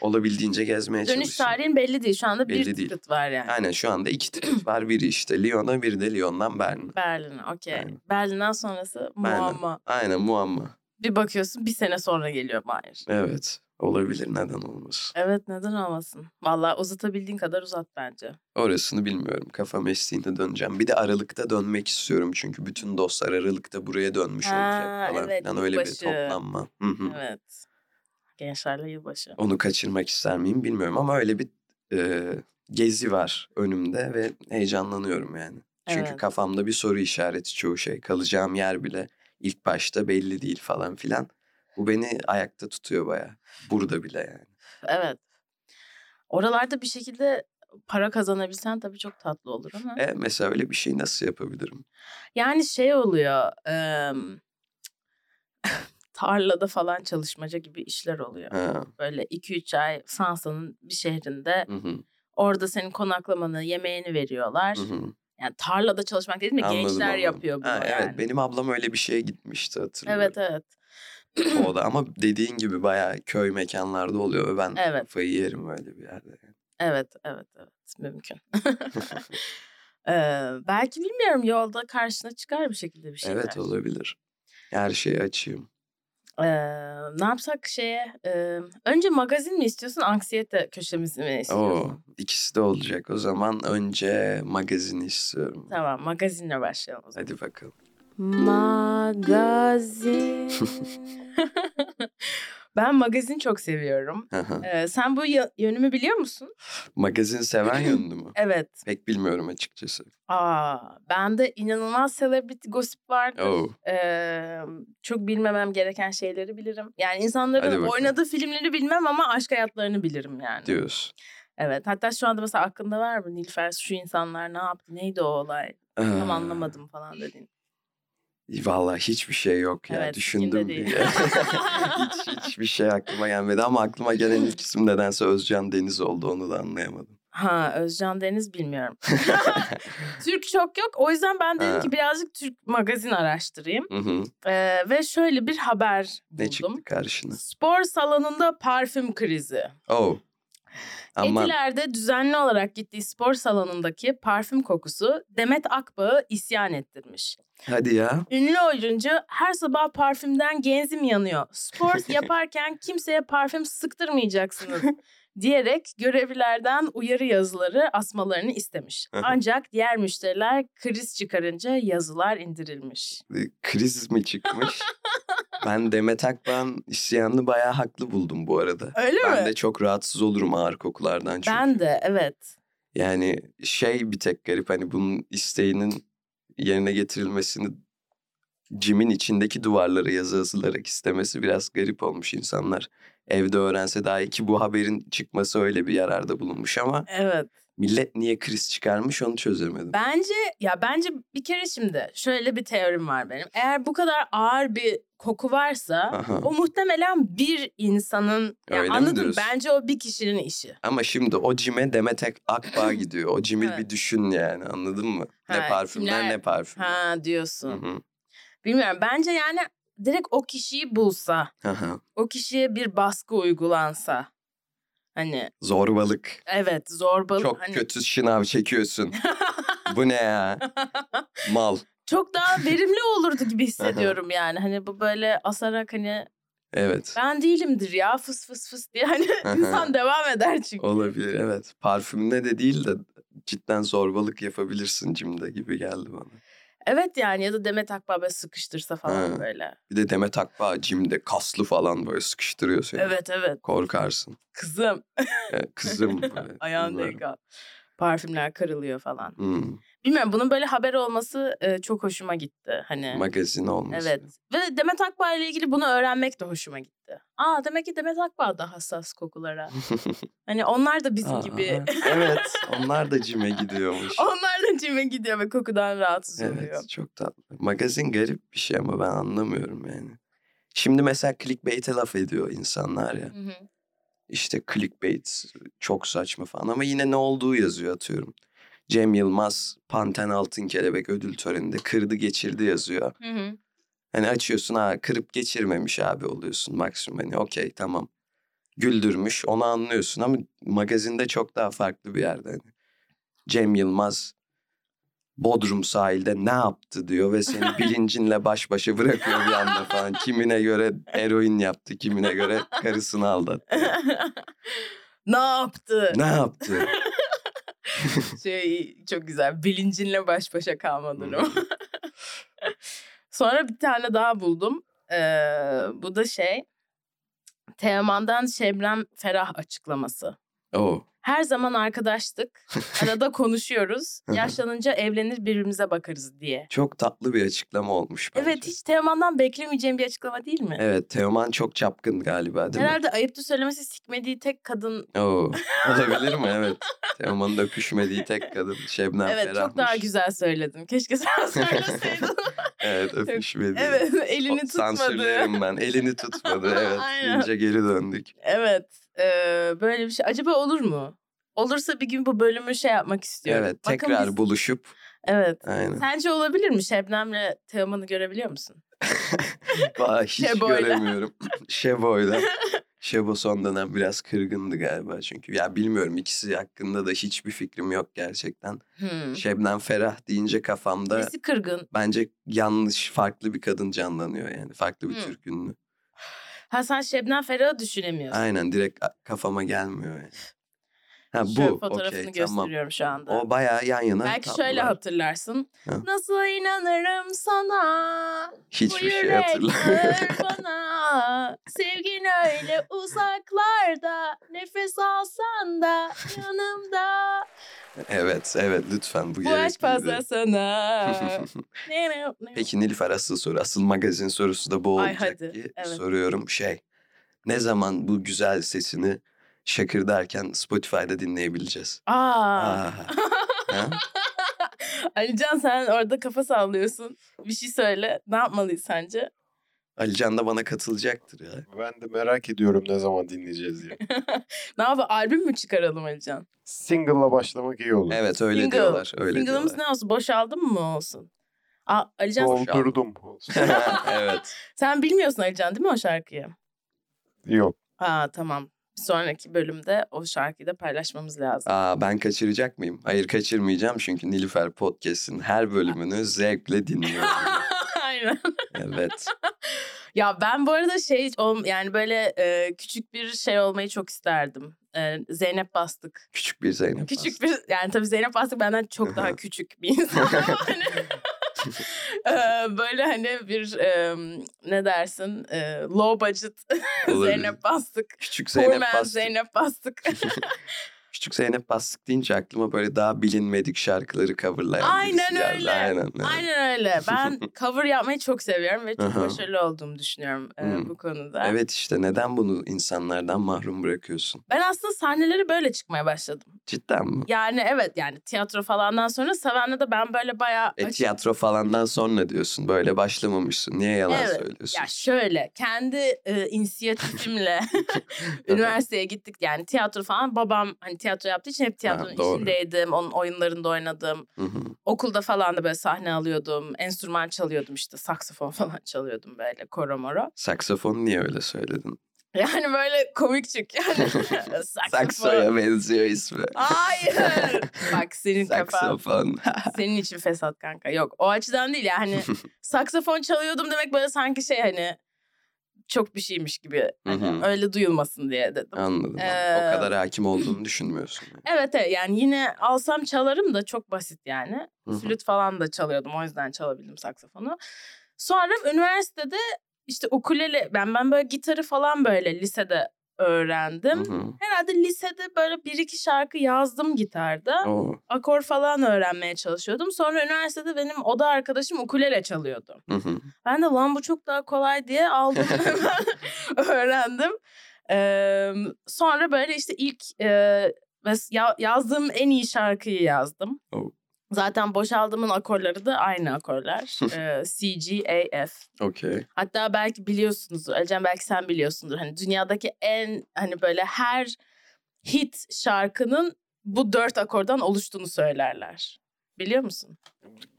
S2: Olabildiğince gezmeye
S1: Dönüş
S2: çalışayım.
S1: tarihin belli değil. Şu anda bir
S2: Belli değil.
S1: ticket var yani.
S2: Aynen şu anda iki trip var. Biri işte Lyon'a, biri de Lyon'dan Berlin'e.
S1: Berlin okey.
S2: Aynen.
S1: Berlin'den sonrası
S2: Berlin.
S1: muamma.
S2: Aynen muamma.
S1: Bir bakıyorsun bir sene sonra geliyor Mahir.
S2: Evet. Olabilir neden olmasın.
S1: Evet neden olmasın? Valla uzatabildiğin kadar uzat bence.
S2: Orasını bilmiyorum. Kafam estiğinde döneceğim. Bir de Aralık'ta dönmek istiyorum. Çünkü bütün dostlar Aralık'ta buraya dönmüş
S1: Ha,
S2: olacak falan
S1: evet,
S2: filan. Öyle
S1: yılbaşı.
S2: bir toplanma. Hı hı.
S1: Evet. Gençlerle yılbaşı.
S2: Onu kaçırmak ister miyim bilmiyorum ama öyle bir e, gezi var önümde ve heyecanlanıyorum yani. Çünkü
S1: Evet.
S2: kafamda bir soru işareti çoğu şey. Kalacağım yer bile ilk başta belli değil falan filan. Bu beni ayakta tutuyor baya. Burada bile yani.
S1: Evet. Oralarda bir şekilde para kazanabilsen tabii çok tatlı olur ama.
S2: E, mesela öyle bir şey nasıl yapabilirim?
S1: Yani şey oluyor. em, tarlada falan çalışmaca gibi işler oluyor.
S2: Ha,
S1: Böyle 2-3 ay Fransa'nın bir şehrinde
S2: hı hı,
S1: orada senin konaklamanı, yemeğini veriyorlar.
S2: hı hı.
S1: Yani tarlada çalışmak dedim ya
S2: Anladım,
S1: şey gençler
S2: anladım.
S1: yapıyor bunu
S2: Ha,
S1: yani.
S2: Evet benim ablam öyle bir şeye gitmişti hatırlıyorum.
S1: Evet evet.
S2: O da ama dediğin gibi bayağı köy mekanlarda oluyor ve ben
S1: Evet.
S2: kafayı yerim öyle bir yerde.
S1: Evet, evet, evet. Mümkün. Eee, belki bilmiyorum yolda karşına çıkar bir şekilde bir şeyler.
S2: Evet olabilir. Her şeyi açayım.
S1: Eee, ne yapsak şeye? eee, önce magazin mi istiyorsun, anksiyete köşemizi mi istiyorsun?
S2: Oo, ikisi de olacak. O zaman önce magazini istiyorum.
S1: Tamam, magazinle başlayalım o zaman.
S2: Hadi bakalım.
S4: Magazin.
S1: ben magazin çok seviyorum.
S2: Aha.
S1: Eee, sen bu ya- yönümü biliyor musun?
S2: Magazin seven yönlü mü?
S1: Evet.
S2: Pek bilmiyorum açıkçası.
S1: Aa, bende inanılmaz celebrity gossip vardır.
S2: Oo,
S1: Eee, çok bilmemem gereken şeyleri bilirim. Yani
S2: Hadi
S1: insanların
S2: bakalım.
S1: oynadığı filmleri bilmem ama aşk hayatlarını bilirim yani.
S2: diyorsun.
S1: Evet. Hatta şu anda mesela aklında var mı Nilfer şu insanlar ne yaptı? Neydi o olay? Tam
S2: Aa,
S1: anlamadım falan dediğin.
S2: Ah, Vallahi hiçbir şey yok ya.
S1: Evet,
S2: Düşündüm
S1: içinde değil.
S2: diye. hiç, hiçbir şey aklıma gelmedi ama aklıma gelen ilk isim nedense Özcan Deniz oldu. Onu da anlayamadım.
S1: Ha Özcan Deniz bilmiyorum. Türk çok yok. O yüzden ben dedim
S2: Ha.
S1: ki birazcık Türk magazin araştırayım.
S2: Hı hı.
S1: Ee, ve şöyle bir haber
S2: Ne çıktı
S1: buldum.
S2: karşına?
S1: Spor salonunda parfüm krizi.
S2: Oh. Aman
S1: Etiler'de düzenli olarak gittiği spor salonundaki parfüm kokusu Demet Akbağ'ı isyan ettirmiş.
S2: hadi ya.
S1: Ünlü oyuncu her sabah parfümden genzim yanıyor. Spor yaparken kimseye parfüm sıktırmayacaksınız diyerek görevlilerden uyarı yazıları asmalarını istemiş.
S2: Hı hı.
S1: Ancak diğer müşteriler kriz çıkarınca yazılar indirilmiş.
S2: E, Kriz mi çıkmış? ben Demet Akbağ'ın isyanını bayağı haklı buldum bu arada.
S1: Öyle
S2: ben
S1: mi?
S2: de çok rahatsız olurum ağır kokulardan çünkü.
S1: Ben de evet.
S2: Yani şey bir tek garip hani bunun isteğinin yerine getirilmesini Jim'in içindeki duvarlara yazı asılarak istemesi biraz garip olmuş insanlar. Evde öğrense daha iyi ki bu haberin çıkması öyle bir yararda bulunmuş ama
S1: Evet.
S2: millet niye kriz çıkarmış onu çözemedim.
S1: Bence ya bence bir kere şimdi şöyle bir teorim var benim. Eğer bu kadar ağır bir koku varsa
S2: Aha.
S1: o muhtemelen bir insanın ya
S2: Öyle mi
S1: anladın
S2: diyorsun?
S1: bence o bir kişinin işi.
S2: Ama şimdi o Jim'e Demet Ak- Akbağ gidiyor. O Jim'i
S1: Evet.
S2: bir düşün yani anladın mı?
S1: Ha,
S2: ne parfümden
S1: kimler-
S2: ne parfüm.
S1: Ha
S2: Hı
S1: diyorsun.
S2: hı.
S1: Bilmiyorum bence yani direkt o kişiyi bulsa,
S2: Aha.
S1: o kişiye bir baskı uygulansa. Hani
S2: Zorbalık.
S1: evet zorbalık
S2: Çok
S1: hani
S2: kötü şınav çekiyorsun. bu ne ya? Mal.
S1: çok daha verimli olurdu gibi hissediyorum yani. Hani bu böyle asarak hani
S2: Evet.
S1: Ben değilimdir ya fıs fıs fıs diye. Hani insan devam eder çünkü.
S2: Olabilir evet. Parfümde de değil de cidden zorbalık yapabilirsin cimde gibi geldi bana.
S1: Evet yani ya da Demet Akbağ böyle sıkıştırsa falan
S2: Ha.
S1: böyle.
S2: Bir de Demet Akbağ cimde kaslı falan böyle sıkıştırıyor seni.
S1: Evet evet.
S2: Korkarsın.
S1: Kızım
S2: E, Kızım böyle.
S1: ayağın
S2: bilmiyorum.
S1: denk al. Parfümler kırılıyor falan.
S2: Hmm,
S1: Bilmiyorum bunun böyle haber olması e, çok hoşuma gitti. Hani
S2: magazin olması.
S1: evet. Ve Demet Akbağ ile ilgili bunu öğrenmek de hoşuma gitti. Aa demek ki Demet Akbağ da hassas kokulara. hani onlar da bizim
S2: Aa,
S1: gibi.
S2: evet onlar da cime gidiyormuş.
S1: onlar da cime gidiyor ve kokudan rahatsız oluyor.
S2: Evet çok tatlı. Magazin garip bir şey ama ben anlamıyorum yani. Şimdi mesela clickbait'e laf ediyor insanlar ya.
S1: Hı hı.
S2: İşte clickbait çok saçma falan ama yine ne olduğu yazıyor atıyorum. Cem Yılmaz Panten Altın Kelebek ödül töreninde kırdı geçirdi yazıyor.
S1: Hı hı.
S2: Hani açıyorsun ha kırıp geçirmemiş abi oluyorsun maksimum hani okey tamam. Güldürmüş onu anlıyorsun ama magazinde çok daha farklı bir yerde. Hani. Cem Yılmaz Bodrum sahilde ne yaptı diyor ve seni bilincinle baş başa bırakıyor bir anda falan. Kimine göre eroin yaptı, kimine göre karısını aldattı.
S1: ne yaptı?
S2: Ne yaptı?
S1: şey çok güzel. Bilincinle baş başa kalma durumu. Sonra bir tane daha buldum. Ee, bu da şey. Teoman'dan Şebnem Ferah açıklaması.
S2: Oo.
S1: Her zaman arkadaştık. Arada konuşuyoruz.
S2: Hı hı.
S1: Yaşlanınca evlenir birbirimize bakarız diye.
S2: Çok tatlı bir açıklama olmuş bence.
S1: Evet hiç Teoman'dan beklemeyeceğim bir açıklama değil mi?
S2: Evet Teoman çok çapkın galiba değil
S1: Herhalde ayıptı söylemesi sikmediği tek kadın.
S2: mi? Oo. Olabilir mi? Evet. Teoman'ın öpüşmediği tek kadın Şebnem
S1: evet çok daha
S2: Ferah'mış.
S1: güzel söyledim. Keşke sen söyleseydin.
S2: Evet öpüşmedi.
S1: evet elini
S2: O-
S1: tutmadı.
S2: Sansürlerim ben. Elini tutmadı. Evet.
S1: Aynen.
S2: İnce geri döndük.
S1: Evet. eee, böyle bir şey. Acaba olur mu? Olursa bir gün bu bölümü şey yapmak istiyorum.
S2: Evet
S1: Bakın
S2: tekrar
S1: biz-
S2: buluşup.
S1: Evet.
S2: Aynen.
S1: Sence olabilir mi? Şebnem'le Teoman'ı görebiliyor musun?
S2: Vay, hiç
S1: Şebo'yla.
S2: göremiyorum. Şebo'yla. Şebo son dönem biraz kırgındı galiba çünkü. Ya bilmiyorum ikisi hakkında da hiçbir fikrim yok gerçekten.
S1: Hmm.
S2: Şebnem Ferah deyince kafamda
S1: Birisi kırgın.
S2: bence yanlış farklı bir kadın canlanıyor yani farklı bir
S1: Hmm.
S2: Türk ünlü.
S1: Ha sen Şebnem Ferah'ı düşünemiyorsun.
S2: Aynen direkt a- kafama gelmiyor yani. Ha bu
S1: Şöyle fotoğrafını
S2: okey, tamam.
S1: gösteriyorum şu anda.
S2: O bayağı yan yana
S1: Belki şöyle
S2: tatlılar.
S1: hatırlarsın.
S2: Ha.
S1: Nasıl inanırım sana?
S2: Hiçbir
S1: bu
S2: şey
S1: yürek
S2: hatırlamıyorum.
S1: ağır bana. Sevgin öyle uzaklarda. Nefes alsan da yanımda.
S2: evet evet lütfen bu,
S1: Bu aşk
S2: gerekliydi.
S1: fazla sana. Ne, ne, ne.
S2: Peki Nilüfer asıl soru asıl magazin sorusu da bu
S1: Ay,
S2: olacak
S1: hadi,
S2: ki
S1: evet.
S2: soruyorum şey ne zaman bu güzel sesini şakır derken Spotify'da dinleyebileceğiz?
S1: Aa.
S2: Aa. Ha?
S1: Alican sen orada kafa sallıyorsun. Bir şey söyle. Ne yapmalıyız sence?
S2: Alican da bana katılacaktır ya.
S3: Ben de merak ediyorum ne zaman dinleyeceğiz diye.
S1: Ne yapalım? Albüm mü çıkaralım Alican?
S3: Single'la başlamak iyi olur.
S2: Evet öyle
S1: Single.
S2: diyorlar. Öyle
S1: Single'ımız
S2: diyorlar.
S1: ne olsun? Boşaldın mı olsun? Aa, Alican
S3: Doldurdum.
S2: evet.
S1: sen bilmiyorsun Alican değil mi o şarkıyı?
S3: Yok.
S1: Aa tamam. Bir sonraki bölümde o şarkıyı da paylaşmamız lazım.
S2: Aa ben kaçıracak mıyım? Hayır kaçırmayacağım çünkü Nilüfer Podcast'in her bölümünü zevkle dinliyorum.
S1: Aynen.
S2: evet.
S1: Ya ben bu arada şey ol- yani böyle e, küçük bir şey olmayı çok isterdim. E, Zeynep Bastık.
S2: Küçük bir Zeynep.
S1: Küçük bir yani tabii Zeynep Bastık benden çok daha küçük bir insan. Hani- E, böyle hani bir e, ne dersin e, low budget
S2: Bastık. Olabilir.
S1: Zeynep Bastık.
S2: Küçük
S1: Zeynep
S2: Zeynep Bastık.
S1: Zeynep Bastık.
S2: Küçük Zeynep Bastık deyince aklıma böyle daha bilinmedik şarkıları coverlayan birisi
S1: Aynen
S2: geldi.
S1: öyle.
S2: Aynen öyle.
S1: Aynen öyle. Ben cover yapmayı çok seviyorum ve çok
S2: Aha.
S1: başarılı olduğum düşünüyorum e,
S2: Hmm.
S1: bu konuda.
S2: Evet işte neden bunu insanlardan mahrum bırakıyorsun?
S1: Ben aslında sahneleri böyle çıkmaya başladım.
S2: Cidden mi?
S1: Yani evet yani tiyatro falandan sonra Savanna da ben böyle bayağı...
S2: E
S1: aç-
S2: tiyatro falandan sonra diyorsun. Böyle başlamamışsın. Niye yalan
S1: Evet.
S2: söylüyorsun?
S1: Ya şöyle kendi e, inisiyatifimle üniversiteye gittik yani tiyatro falan babam hani tiyatro yaptığı için hep tiyatronun
S2: doğru.
S1: içindeydim. Onun oyunlarında oynadım.
S2: Hı hı.
S1: Okulda falan da böyle sahne alıyordum. Enstrüman çalıyordum işte saksafon falan çalıyordum böyle koro moro.
S2: Saksafon niye öyle söyledin?
S1: Yani böyle komik çünkü yani. saksafon.
S2: Saksoya benziyor ismi.
S1: Hayır. Bak senin kafan.
S2: Saksafon.
S1: Senin için fesat kanka. Yok o açıdan değil ya hani saksafon çalıyordum demek böyle sanki şey hani çok bir şeymiş gibi. Hani
S2: Hı hı.
S1: öyle duyulmasın diye dedim.
S2: Anladım.
S1: Ee,
S2: O kadar hakim olduğunu düşünmüyorsun.
S1: Evet evet yani yine alsam çalarım da çok basit yani.
S2: Hı hı.
S1: Flüt falan da çalıyordum o yüzden çalabildim saksafonu. Sonra üniversitede işte ukulele ben ben böyle gitarı falan böyle lisede öğrendim.
S2: Hı hı.
S1: Herhalde lisede böyle bir iki şarkı yazdım gitarda.
S2: Oo.
S1: Akor falan öğrenmeye çalışıyordum. Sonra üniversitede benim oda arkadaşım ukulele çalıyordu.
S2: Hı hı.
S1: Ben de lan bu çok daha kolay diye aldım hemen öğrendim. Ee, sonra böyle işte ilk e, mes- ya- yazdığım en iyi şarkıyı yazdım.
S2: Oh.
S1: Zaten boşaldığımın akorları da aynı akorlar. Ee, C, G, A, F.
S2: Okey.
S1: Hatta belki biliyorsunuzdur. Alican belki sen biliyorsundur. Hani dünyadaki en hani böyle her hit şarkının bu dört akordan oluştuğunu söylerler. Biliyor musun?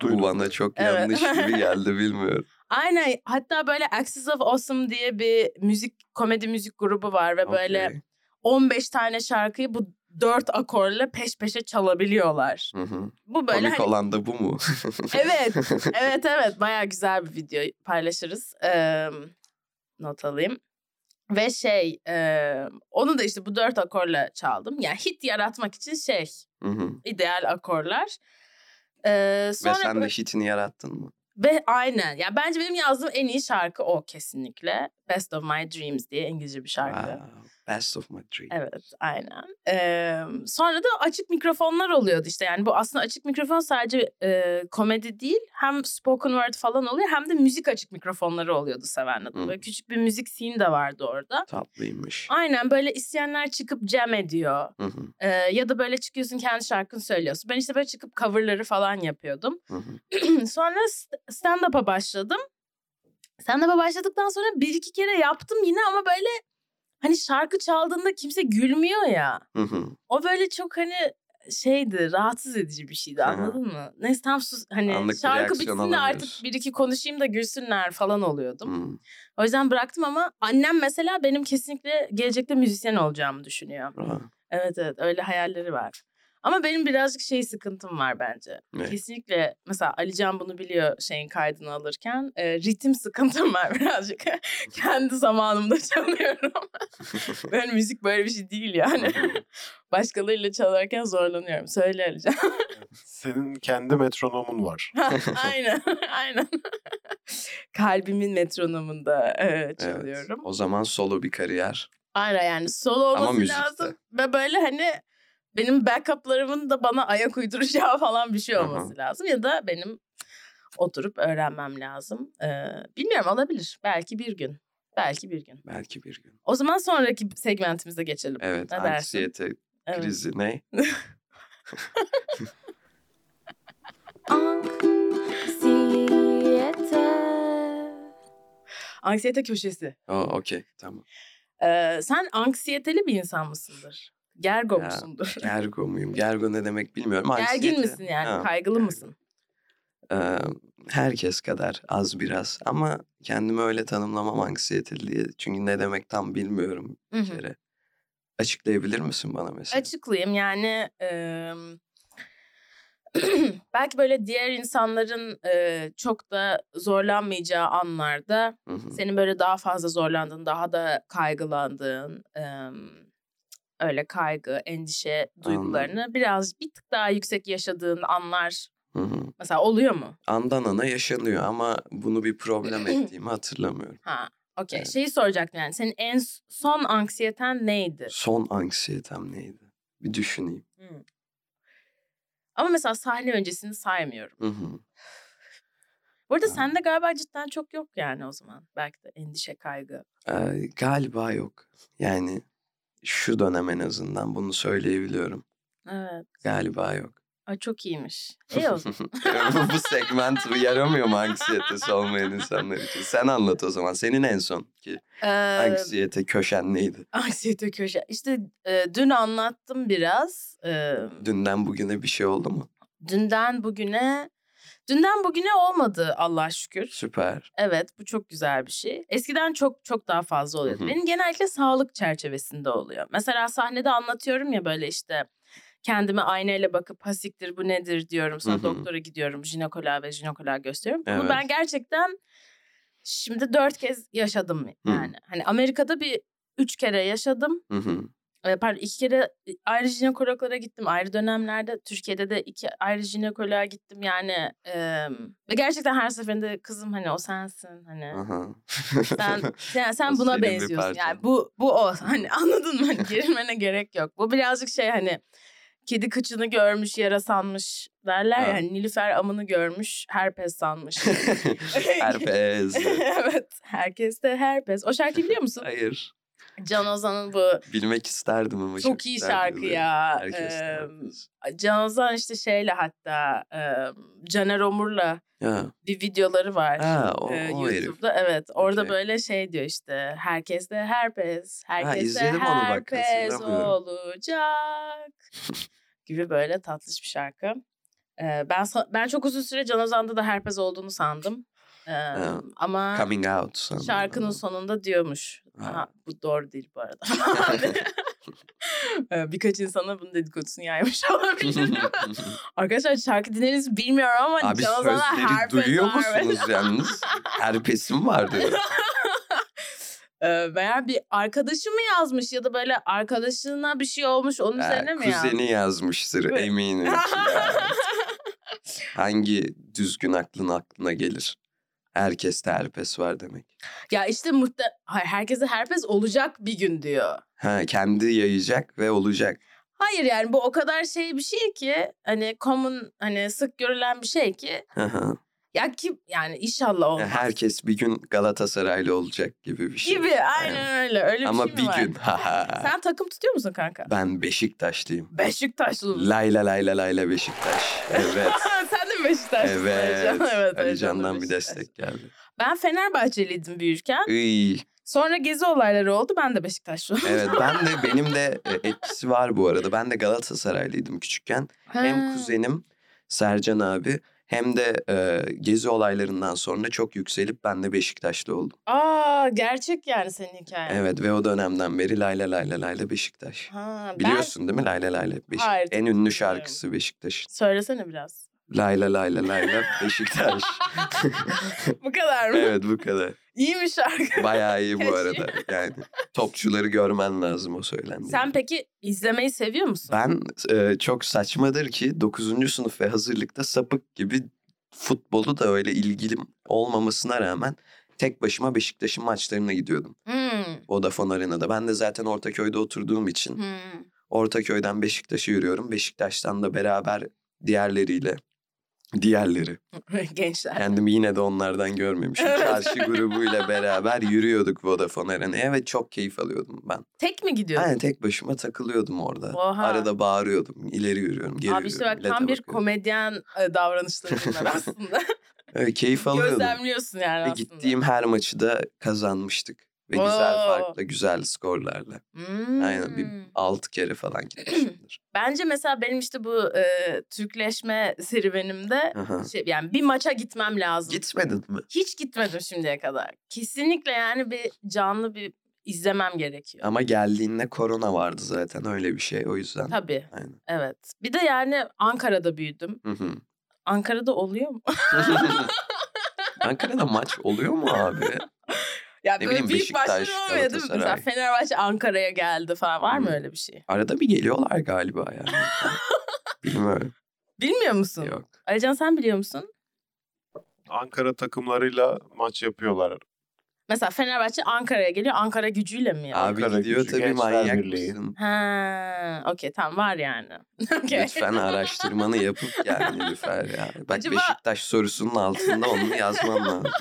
S2: Bu bana çok
S1: Evet.
S2: yanlış gibi geldi bilmiyorum.
S1: Aynen. Hatta böyle Axis of Awesome diye bir müzik komedi müzik grubu var ve böyle
S2: Okey.
S1: 15 tane şarkıyı bu dört akorla peş peşe çalabiliyorlar.
S2: Hı hı.
S1: Bu böyle
S2: Komik
S1: hani
S2: olan da bu mu?
S1: Evet. evet evet bayağı güzel bir video paylaşırız. Eee, not alayım. Ve şey eee, onu da işte bu dört akorla çaldım. Yani hit yaratmak için şey
S2: Hı hı.
S1: ideal akorlar. Eee, sonra
S2: Ve sen
S1: böyle-
S2: de hitini yarattın mı?
S1: ve aynen. Ya bence benim yazdığım en iyi şarkı o kesinlikle. Best of My Dreams diye İngilizce bir şarkı.
S2: Wow, Best of my dream.
S1: Evet aynen. Ee, sonra da açık mikrofonlar oluyordu işte. Yani bu aslında açık mikrofon sadece e, komedi değil. Hem spoken word falan oluyor hem de müzik açık mikrofonları oluyordu Savannah'da.
S2: Hı.
S1: Böyle küçük bir müzik scene de vardı orada.
S2: Tatlıymış.
S1: Aynen böyle isteyenler çıkıp jam ediyor.
S2: Hı hı,
S1: Ee, ya da böyle çıkıyorsun kendi şarkını söylüyorsun. Ben işte böyle çıkıp coverları falan yapıyordum.
S2: hı hı.
S1: sonra st- stand-up'a başladım. Stand-up'a başladıktan sonra bir iki kere yaptım yine ama böyle hani şarkı çaldığında kimse gülmüyor ya.
S2: Hı hı.
S1: O böyle çok hani şeydi rahatsız edici bir şeydi
S2: Aha.
S1: anladın mı? Neyse tam sus hani
S2: Anlık bir
S1: şarkı
S2: reaksiyon
S1: bitsin de artık
S2: alamıyorsun.
S1: bir iki konuşayım da gülsünler falan oluyordum.
S2: Hı.
S1: O yüzden bıraktım ama annem mesela benim kesinlikle gelecekte müzisyen olacağımı düşünüyor.
S2: Aa,
S1: Evet evet öyle hayalleri var. Ama benim birazcık şey sıkıntım var bence.
S2: Ne?
S1: Kesinlikle mesela Alican bunu biliyor şeyin kaydını alırken. E, ritim sıkıntım var birazcık. Kendi zamanımda çalıyorum. ben müzik böyle bir şey değil yani. Başkalarıyla çalarken zorlanıyorum. Söyle Alican.
S3: Senin kendi metronomun var.
S1: aynen aynen. Kalbimin metronomunda e,
S2: evet.
S1: çalıyorum.
S2: O zaman solo bir kariyer.
S1: Aynen yani solo
S2: Ama
S1: olması
S2: müzikte.
S1: lazım. Ve böyle hani benim backup'larımın da bana ayak uyduracağı falan bir şey
S2: Aha.
S1: olması lazım. Ya da benim oturup öğrenmem lazım. Ee, bilmiyorum olabilir. Belki bir gün. Belki bir gün.
S2: Belki bir gün.
S1: O zaman sonraki segmentimize geçelim.
S2: Evet.
S1: Ne dersin?
S2: anksiyete
S1: Evet.
S2: krizi ne?
S4: Anksiyete.
S1: Anksiyete köşesi.
S2: Aa, okey. Tamam.
S1: Ee, sen anksiyeteli bir insan mısındır? Gergo
S2: Ya,
S1: musundur?
S2: Gergo muyum? Gergo ne demek bilmiyorum.
S1: Gergin
S2: Anksiyete-
S1: misin yani?
S2: Ha,
S1: Kaygılı
S2: gergo.
S1: mısın?
S2: Ee, herkes kadar az biraz. Ama kendimi öyle tanımlamam anksiyeteli diye. Çünkü ne demek tam bilmiyorum
S1: Hı
S2: bir
S1: hı.
S2: kere. Açıklayabilir misin bana mesela?
S1: Açıklayayım yani eee, belki böyle diğer insanların eee, çok da zorlanmayacağı anlarda
S2: Hı hı.
S1: senin böyle daha fazla zorlandığın, daha da kaygılandığın eee, öyle kaygı, endişe duygularını biraz bir tık daha yüksek yaşadığın anlar
S2: Hı hı.
S1: mesela oluyor mu?
S2: Andan ana yaşanıyor ama bunu bir problem ettiğimi hatırlamıyorum.
S1: Ha. Okey.
S2: Evet.
S1: Şeyi soracaktım yani senin en s- son anksiyeten neydi?
S2: Son anksiyetem neydi? Bir düşüneyim.
S1: Ama mesela sahne öncesini saymıyorum.
S2: Hı hı.
S1: Bu arada
S2: Ha.
S1: sende galiba cidden çok yok yani o zaman. Belki de endişe, kaygı.
S2: Ee, galiba yok. Yani şu dönem en azından bunu söyleyebiliyorum.
S1: Evet.
S2: Galiba yok.
S1: Ay çok iyiymiş. Şey İyi o zaman.
S2: Bu- Bu segment yaramıyor mu anksiyetesi olmayan insanlar için? Sen anlat o zaman. Senin en son ki
S1: Ee,
S2: anksiyete köşen neydi?
S1: anksiyete köşe. İşte e, dün anlattım biraz. E,
S2: Dünden bugüne bir şey oldu mu?
S1: dünden bugüne... Dünden bugüne olmadı Allah şükür.
S2: Süper.
S1: Evet bu çok güzel bir şey. Eskiden çok çok daha fazla oluyordu.
S2: Hı hı.
S1: Benim genellikle sağlık çerçevesinde oluyor. Mesela sahnede anlatıyorum ya böyle işte kendime aynayla bakıp pasiktir bu nedir diyorum. Sonra
S2: Hı hı.
S1: doktora gidiyorum jinekoloğa ve jinekoloğa gösteriyorum. Bunu
S2: Evet.
S1: ben gerçekten şimdi dört kez yaşadım
S2: Hı.
S1: yani. Hani Amerika'da bir üç kere yaşadım.
S2: Hı hı.
S1: E, Pardon iki kere ayrı jinekologlara gittim ayrı dönemlerde. Türkiye'de de iki ayrı jinekoloğa gittim yani. e, ve gerçekten her seferinde kızım hani o sensin hani.
S2: Aha.
S1: Sen, sen, sen
S2: Ah, O
S1: buna
S2: senin bir
S1: benziyorsun. Yani
S2: parçan.
S1: bu bu o. Hani anladın mı? Hani Girmene gerek yok. Bu birazcık şey hani kedi kıçını görmüş yara sanmış derler ya.
S2: Ha.
S1: Hani Nilüfer amını görmüş herpes sanmış.
S2: Herpes.
S1: evet. Herkes de herpes. O şarkıyı biliyor musun?
S2: Hayır.
S1: Can Ozan'ın bu
S2: Bilmek isterdim ama
S1: çok iyi
S2: güzel
S1: şarkı
S2: yazıyor.
S1: ya.
S2: Herkes de
S1: Ee,
S2: herpes.
S1: Can Ozan işte şeyle hatta e, Caner Omur'la
S2: Ya.
S1: bir videoları var.
S2: Ha, o,
S1: Ee,
S2: o herif.
S1: YouTube'da evet. Orada
S2: Okey.
S1: böyle şey diyor işte. Herkes de herpes. Herkes de
S2: izledim onu bak,
S1: herpes
S2: hatırlamıyorum.
S1: olacak. gibi böyle tatlış bir şarkı. Ee, ben sa- ben çok uzun süre Can Ozan'da da herpes olduğunu sandım. Ee,
S2: Ha,
S1: ama
S2: Coming out. sanırım
S1: şarkının
S2: ama.
S1: sonunda diyormuş.
S2: Ha.
S1: "Ha, bu doğru değil bu arada. Ee, Birkaç insana bunun dedikodusunu yaymış olabilirim. Arkadaşlar şarkı dinleriniz bilmiyorum ama
S2: Abi
S1: Can Ozan'da
S2: sözleri
S1: herpes
S2: duyuyor
S1: var.
S2: musunuz yalnız? Herpesim var diyor.
S1: Ee, Veya bir arkadaşı mı yazmış ya da böyle arkadaşına bir şey olmuş onun
S2: Ha,
S1: üzerine mi yazmış?
S2: Ee, Kuzeni yazmıştır
S1: Böyle-
S2: eminim. ki ya. Hangi düzgün aklın aklına gelir? Herkeste herpes var demek.
S1: ya işte muhte Hayır, herkese herpes olacak bir gün diyor.
S2: Ha, kendi yayacak ve olacak.
S1: Hayır yani bu o kadar şey bir şey ki hani common hani sık görülen bir şey ki
S2: Hı hı.
S1: ya kim yani
S2: E,
S1: inşallah olmaz.
S2: Herkes bir gün Galatasaraylı olacak gibi bir şey.
S1: gibi aynen öyle öyle bir
S2: Ama
S1: şey mi
S2: bir
S1: var?
S2: gün. Ha ha.
S1: Sen takım tutuyor musun kanka?
S2: Ben Beşiktaşlıyım.
S1: Beşiktaşlı mısın?
S2: Layla layla layla Beşiktaş. Evet.
S1: Sen de Beşiktaşlısın
S2: evet.
S1: Alican. Evet.
S2: Ali
S1: Alican da
S2: Can'dan bir
S1: Beşiktaşlı.
S2: destek geldi.
S1: Ben Fenerbahçeliydim büyürken.
S2: Iy.
S1: Sonra gezi olayları oldu. Ben de Beşiktaşlı oldum.
S2: Evet ben de benim de e, etkisi var bu arada. Ben de Galatasaraylıydım küçükken. hem kuzenim Sercan abi hem de e, gezi olaylarından sonra çok yükselip ben de Beşiktaşlı oldum.
S1: Aa gerçek yani senin hikayen.
S2: Evet ve o dönemden beri layla layla layla Beşiktaş.
S1: Ha, ben-
S2: Biliyorsun değil mi layla layla Beşiktaş.
S1: Hayır,
S2: en ünlü şarkısı Beşiktaş.
S1: Söylesene biraz.
S2: Layla layla layla Beşiktaş.
S1: Bu kadar mı?
S2: evet bu kadar.
S1: İyiymiş şarkı.
S2: Bayağı iyi bu
S1: Keşke.
S2: arada. Yani topçuları görmen lazım o söylendiğinde.
S1: Sen peki izlemeyi seviyor musun?
S2: Ben e, çok saçmadır ki 9. sınıf ve hazırlıkta sapık gibi futbolu da öyle ilgilim olmamasına rağmen tek başıma Beşiktaş'ın maçlarına gidiyordum.
S1: Hmm.
S2: Vodafone Arena'da. Ben de zaten Ortaköy'de oturduğum için
S1: Hmm.
S2: Ortaköy'den Beşiktaş'a yürüyorum. Beşiktaş'tan da beraber diğerleriyle diğerleri.
S1: Gençler.
S2: Kendimi yine de onlardan görmemişim.
S1: Evet.
S2: Karşı grubuyla beraber yürüyorduk Vodafone Arena'ya ve çok keyif alıyordum ben.
S1: Tek mi gidiyorsun?
S2: Aynen tek başıma takılıyordum orada.
S1: Oha.
S2: Arada bağırıyordum. İleri yürüyorum, geri
S1: Abi işte
S2: yürüyorum.
S1: bak
S2: millete
S1: tam bir
S2: bakıyorum.
S1: komedyen e, davranışları bunlar aslında.
S2: Evet, keyif alıyordum.
S1: Gözlemliyorsun yani
S2: Ve
S1: aslında.
S2: gittiğim her maçı da kazanmıştık. Ve güzel
S1: Oo.
S2: farkla, güzel skorlarla.
S1: Hmm.
S2: Aynen bir 6 kere falan gitmişimdir.
S1: Bence mesela benim işte bu e, Türkleşme serüvenimde
S2: Aha.
S1: şey, yani bir maça gitmem lazım.
S2: Gitmedin mi?
S1: Hiç gitmedim şimdiye kadar. Kesinlikle yani bir canlı bir izlemem gerekiyor.
S2: Ama geldiğinde korona vardı zaten öyle bir şey o yüzden.
S1: Tabii.
S2: Aynen.
S1: Evet. Bir de yani Ankara'da büyüdüm.
S2: Hı hı.
S1: Ankara'da oluyor mu?
S2: Ankara'da maç oluyor mu abi?
S1: ya
S2: Ne bileyim,
S1: büyük maçlar
S2: Beşiktaş,
S1: olmuyor değil mi? Mesela
S2: Galatasaray.
S1: Fenerbahçe Ankara'ya geldi falan. Var mı
S2: Hmm.
S1: öyle bir şey?
S2: Arada bir geliyorlar galiba yani. Bilmiyorum.
S1: Bilmiyor musun?
S2: Yok.
S1: Alican sen biliyor musun?
S3: Ankara takımlarıyla maç yapıyorlar.
S1: Mesela Fenerbahçe Ankara'ya geliyor. Ankara gücüyle mi? ya?
S2: Abi
S3: Ankara
S2: gidiyor
S3: gücü,
S2: tabii
S3: Gençler
S2: manyak
S3: Birliği.
S2: mısın?
S1: Ha, okey tamam var yani. Okey.
S2: Lütfen araştırmanı yapıp gel Nilüfer ya. Bak
S1: Acaba-
S2: Beşiktaş sorusunun altında onu yazman lazım.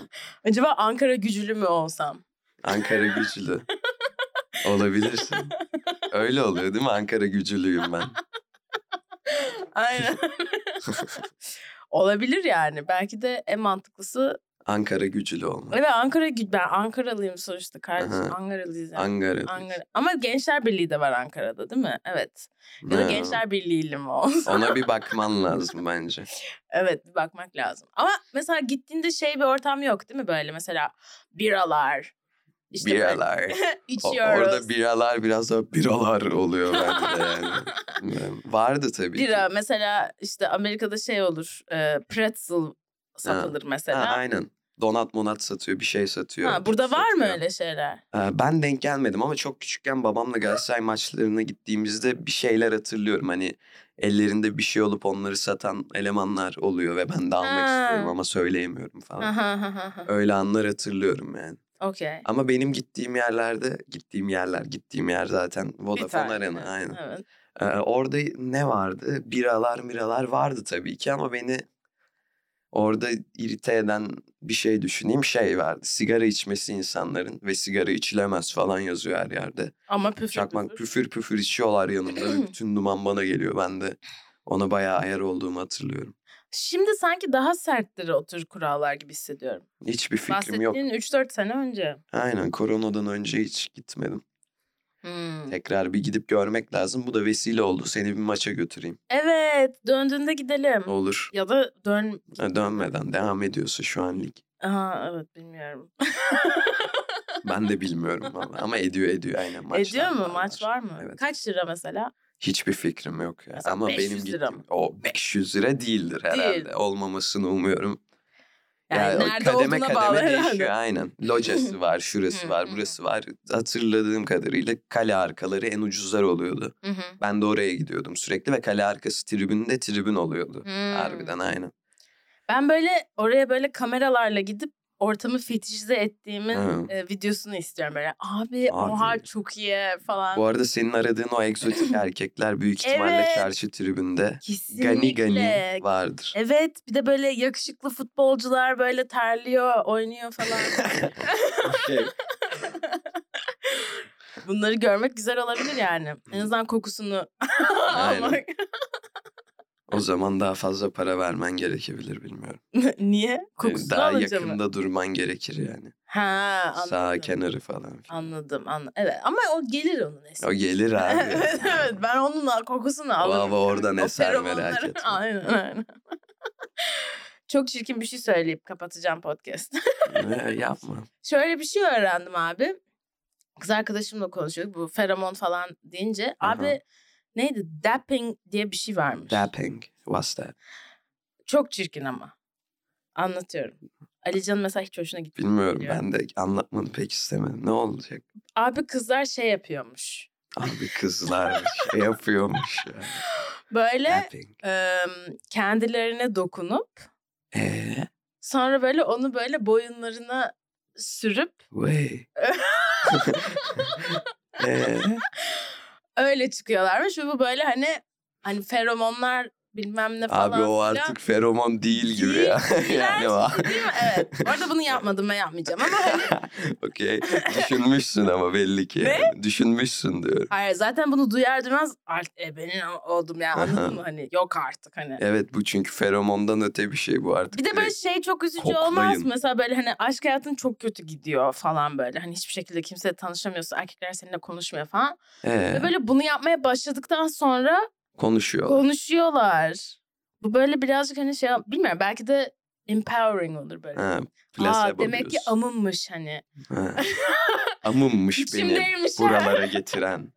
S1: Acaba Ankara gücülü mü olsam?
S2: Ankara gücülü. Olabilirsin. Öyle oluyor değil mi? Ankara gücülüyüm ben.
S1: Aynen. Olabilir yani. Belki de en mantıklısı.
S2: Ankara gücülü olmak.
S1: Evet Ankara gü- ben Ankaralıyım sonuçta kardeşim.
S2: Aha.
S1: Ankaralıyız yani.
S2: Ankara. gücü.
S1: Ankara. Ama Gençler Birliği de var Ankara'da değil mi? Evet. Ya da
S2: Ha.
S1: Gençler Birliği'li mi o?
S2: Ona bir bakman lazım bence.
S1: Evet bir bakmak lazım. Ama mesela gittiğinde şey bir ortam yok değil mi böyle mesela biralar. işte böyle
S2: biralar. O-
S1: içiyoruz.
S2: orada biralar biraz daha biralar oluyor bence yani. Bilmiyorum. Vardı tabii. ki.
S1: Bira mesela işte Amerika'da şey olur e, pretzel satılır
S2: Ha,
S1: mesela.
S2: aynen. Donat monat satıyor, bir şey satıyor.
S1: Ha, burada var mı
S2: satıyor.
S1: öyle şeyler?
S2: Ee, Ben denk gelmedim ama çok küçükken babamla Galatasaray maçlarına gittiğimizde bir şeyler hatırlıyorum. Hani ellerinde bir şey olup onları satan elemanlar oluyor ve ben de almak
S1: Ha.
S2: istiyorum ama söyleyemiyorum falan.
S1: Aha, aha, aha.
S2: Öyle anlar hatırlıyorum yani.
S1: Okey.
S2: Ama benim gittiğim yerlerde, gittiğim yerler, gittiğim yer zaten
S1: Bir
S2: Vodafone
S1: tane.
S2: Arena aynen.
S1: Evet.
S2: Ee, orada ne vardı? Biralar miralar vardı tabii ki ama beni orada irite eden bir şey düşüneyim şey verdi. Sigara içmesi insanların ve sigara içilemez falan yazıyor her yerde.
S1: Ama püfür
S2: Çakmak
S1: püfür.
S2: püfür püfür içiyorlar yanımda ve bütün duman bana geliyor. Ben de ona bayağı ayar olduğumu hatırlıyorum.
S1: Şimdi sanki daha sertleri otur kurallar gibi hissediyorum.
S2: Hiçbir fikrim yok.
S1: Bahsettiğin 3-4 sene önce.
S2: Aynen koronadan önce hiç gitmedim.
S1: Hmm.
S2: Tekrar bir gidip görmek lazım. Bu da vesile oldu. Seni bir maça götüreyim.
S1: Evet döndüğünde gidelim.
S2: Olur.
S1: Ya da dön...
S2: Ha, Dönmeden devam ediyorsa şu an lig.
S1: Aha, evet bilmiyorum.
S2: Ben de bilmiyorum ama, ama ediyor ediyor aynen maçlar.
S1: Ediyor mu? Maç var mı?
S2: Evet.
S1: Kaç lira mesela?
S2: Hiçbir fikrim yok ya.
S1: Mesela
S2: ama
S1: 500
S2: benim
S1: lira mı?
S2: gittiğim o 500 lira değildir herhalde.
S1: Değil.
S2: Olmamasını umuyorum.
S1: Yani
S2: Ya o
S1: nerede olduğuna bağlı herhalde.
S2: değişiyor aynen. Locası var, şurası
S1: Hı,
S2: var,
S1: hı.
S2: burası var. Hatırladığım kadarıyla kale arkaları en ucuzlar oluyordu.
S1: Hı hı.
S2: Ben de oraya gidiyordum sürekli ve kale arkası tribünde tribün oluyordu.
S1: Hmm.
S2: Harbiden aynen.
S1: Ben böyle oraya böyle kameralarla gidip ortamı fetişize ettiğimin
S2: Hı.
S1: e, videosunu istiyorum böyle. Abi, oha
S2: Abi.
S1: çok iyi falan.
S2: Bu arada senin aradığın o egzotik erkekler büyük ihtimalle
S1: Evet.
S2: karşı tribünde
S1: Kesinlikle.
S2: gani gani vardır.
S1: Evet bir de böyle yakışıklı futbolcular böyle terliyor, oynuyor falan.
S2: Şey,
S1: Bunları görmek güzel olabilir yani. En azından kokusunu
S2: Aynen.
S1: almak.
S2: O zaman daha fazla para vermen gerekebilir bilmiyorum.
S1: Niye?
S2: Yani
S1: Kokusunu
S2: Ee, daha
S1: alınca mı?
S2: yakında durman gerekir yani.
S1: Ha anladım.
S2: Sağ kenarı falan. filan.
S1: Anladım, anladım. Evet ama o gelir onun eseri.
S2: O gelir abi.
S1: evet, evet ben onun al- kokusunu
S2: Bu
S1: alırım.
S2: hava oradan
S1: O
S2: eser
S1: feromonları-
S2: merak etme.
S1: Aynen aynen. Çok çirkin bir şey söyleyip kapatacağım podcast.
S2: Ne, yapma.
S1: Şöyle bir şey öğrendim abi. Kız arkadaşımla konuşuyorduk bu feromon falan deyince.
S2: Aha.
S1: Abi neydi? Dapping diye bir şey varmış.
S2: Dapping. What's that?
S1: Çok çirkin ama. Anlatıyorum. Alican mesela hiç hoşuna gitmiyor.
S2: Bilmiyorum
S1: Ya.
S2: ben de anlatmanı pek istemedim. Ne olacak?
S1: Abi kızlar şey yapıyormuş.
S2: Abi kızlar şey yapıyormuş ya.
S1: Böyle
S2: Dapping.
S1: eee, kendilerine dokunup
S2: Eee?
S1: Sonra böyle onu böyle boyunlarına sürüp
S2: Way. Eee?
S1: öyle çıkıyorlarmış ve bu böyle hani hani feromonlar bilmem ne falan.
S2: Abi o
S1: filan.
S2: artık feromon değil gibi ya. yani o.
S1: İğrenç şey, değil mi? Evet. Bu arada bunu yapmadım ve yapmayacağım ama hani
S2: Okey. Düşünmüşsün ama belli ki.
S1: Ne?
S2: yani. Düşünmüş,sün diyorum.
S1: hayır zaten bunu duyar duymaz artık ebenin oldum ya
S2: Aha.
S1: anladın mı? Hani yok artık hani.
S2: Evet bu çünkü feromondan öte bir şey bu artık.
S1: Bir de böyle
S2: direkt.
S1: şey çok üzücü
S2: koklayın.
S1: olmaz mı? Mesela böyle hani aşk hayatın çok kötü gidiyor falan böyle. Hani hiçbir şekilde kimseyle tanışamıyorsun. Erkekler seninle konuşmuyor falan.
S2: Ee,
S1: Ve şey böyle bunu yapmaya başladıktan sonra
S2: konuşuyor.
S1: Konuşuyorlar. Bu böyle birazcık hani şey bilmiyorum belki de empowering olur böyle.
S2: Ha,
S1: Aa,
S2: placebo
S1: demek ki
S2: diyorsun.
S1: amınmış hani.
S2: Ha. Amımmış beni
S1: İçimdeymiş.
S2: buralara getiren.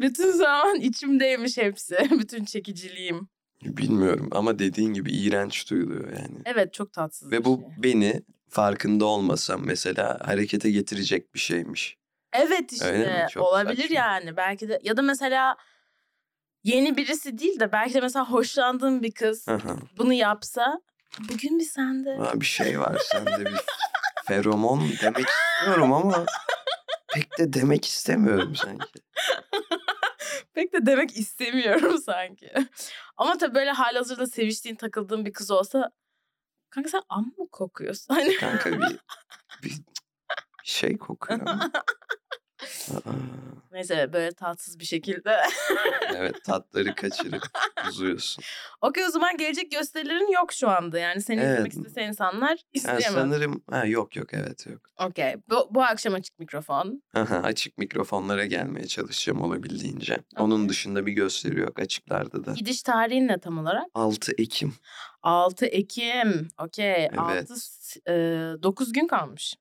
S1: Bütün zaman içimdeymiş hepsi. Bütün çekiciliğim.
S2: Bilmiyorum ama dediğin gibi iğrenç duyuluyor yani.
S1: Evet çok tatsız. bir
S2: Ve bu
S1: şey.
S2: beni farkında olmasam mesela harekete getirecek bir şeymiş.
S1: Evet işte
S2: Öyle mi? Çok
S1: olabilir
S2: saçma.
S1: yani. Belki de ya da mesela yeni birisi değil de belki de mesela hoşlandığın bir kız
S2: Aha.
S1: bunu yapsa bugün bir sende.
S2: Aa, bir şey var sende bir feromon demek istiyorum ama pek de demek istemiyorum sanki.
S1: Pek de demek istemiyorum sanki. Ama tabii böyle halihazırda seviştiğin, takıldığın bir kız olsa kanka sen am mı kokuyorsun? Hani
S2: Kanka bir, bir şey kokuyor ama. Aa,
S1: neyse böyle tatsız bir şekilde.
S2: evet tatları kaçırıp uzuyorsun.
S1: Okey o zaman gelecek gösterilerin yok şu anda. Yani seni
S2: Evet.
S1: izlemek isteyen insanlar
S2: Yani
S1: isteyemez.
S2: sanırım ha, yok yok evet yok.
S1: Okey. Bu, bu akşam açık mikrofon.
S2: Aha, açık mikrofonlara gelmeye çalışacağım olabildiğince. Onun dışında bir gösteri yok açıklarda da.
S1: Gidiş tarihin ne tam olarak?
S2: 6 Ekim.
S1: 6 Ekim. Okey.
S2: Evet.
S1: 6 9 gün kalmış.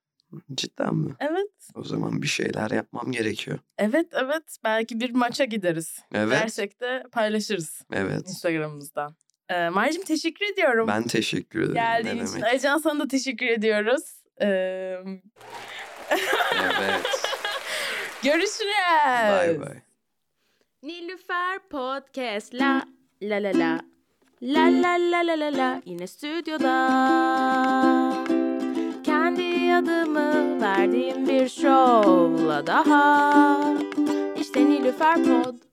S2: Cidden mi?
S1: Evet.
S2: O zaman bir şeyler yapmam gerekiyor.
S1: Evet, evet. Belki bir maça gideriz.
S2: Evet.
S1: Dersek de paylaşırız
S2: Evet.
S1: Instagram'ımızdan. Ee, Maricim teşekkür ediyorum.
S2: Ben teşekkür ederim.
S1: Geldiğin
S2: ne
S1: için.
S2: demek.
S1: Alican sana da teşekkür ediyoruz. Ee,
S2: Evet.
S1: görüşürüz.
S2: Bay bay.
S4: Nilüfer Podcast la la la la La la la la la la yine stüdyoda Kendi adımı verdiğim bir şovla daha İşte Nilüfer Pod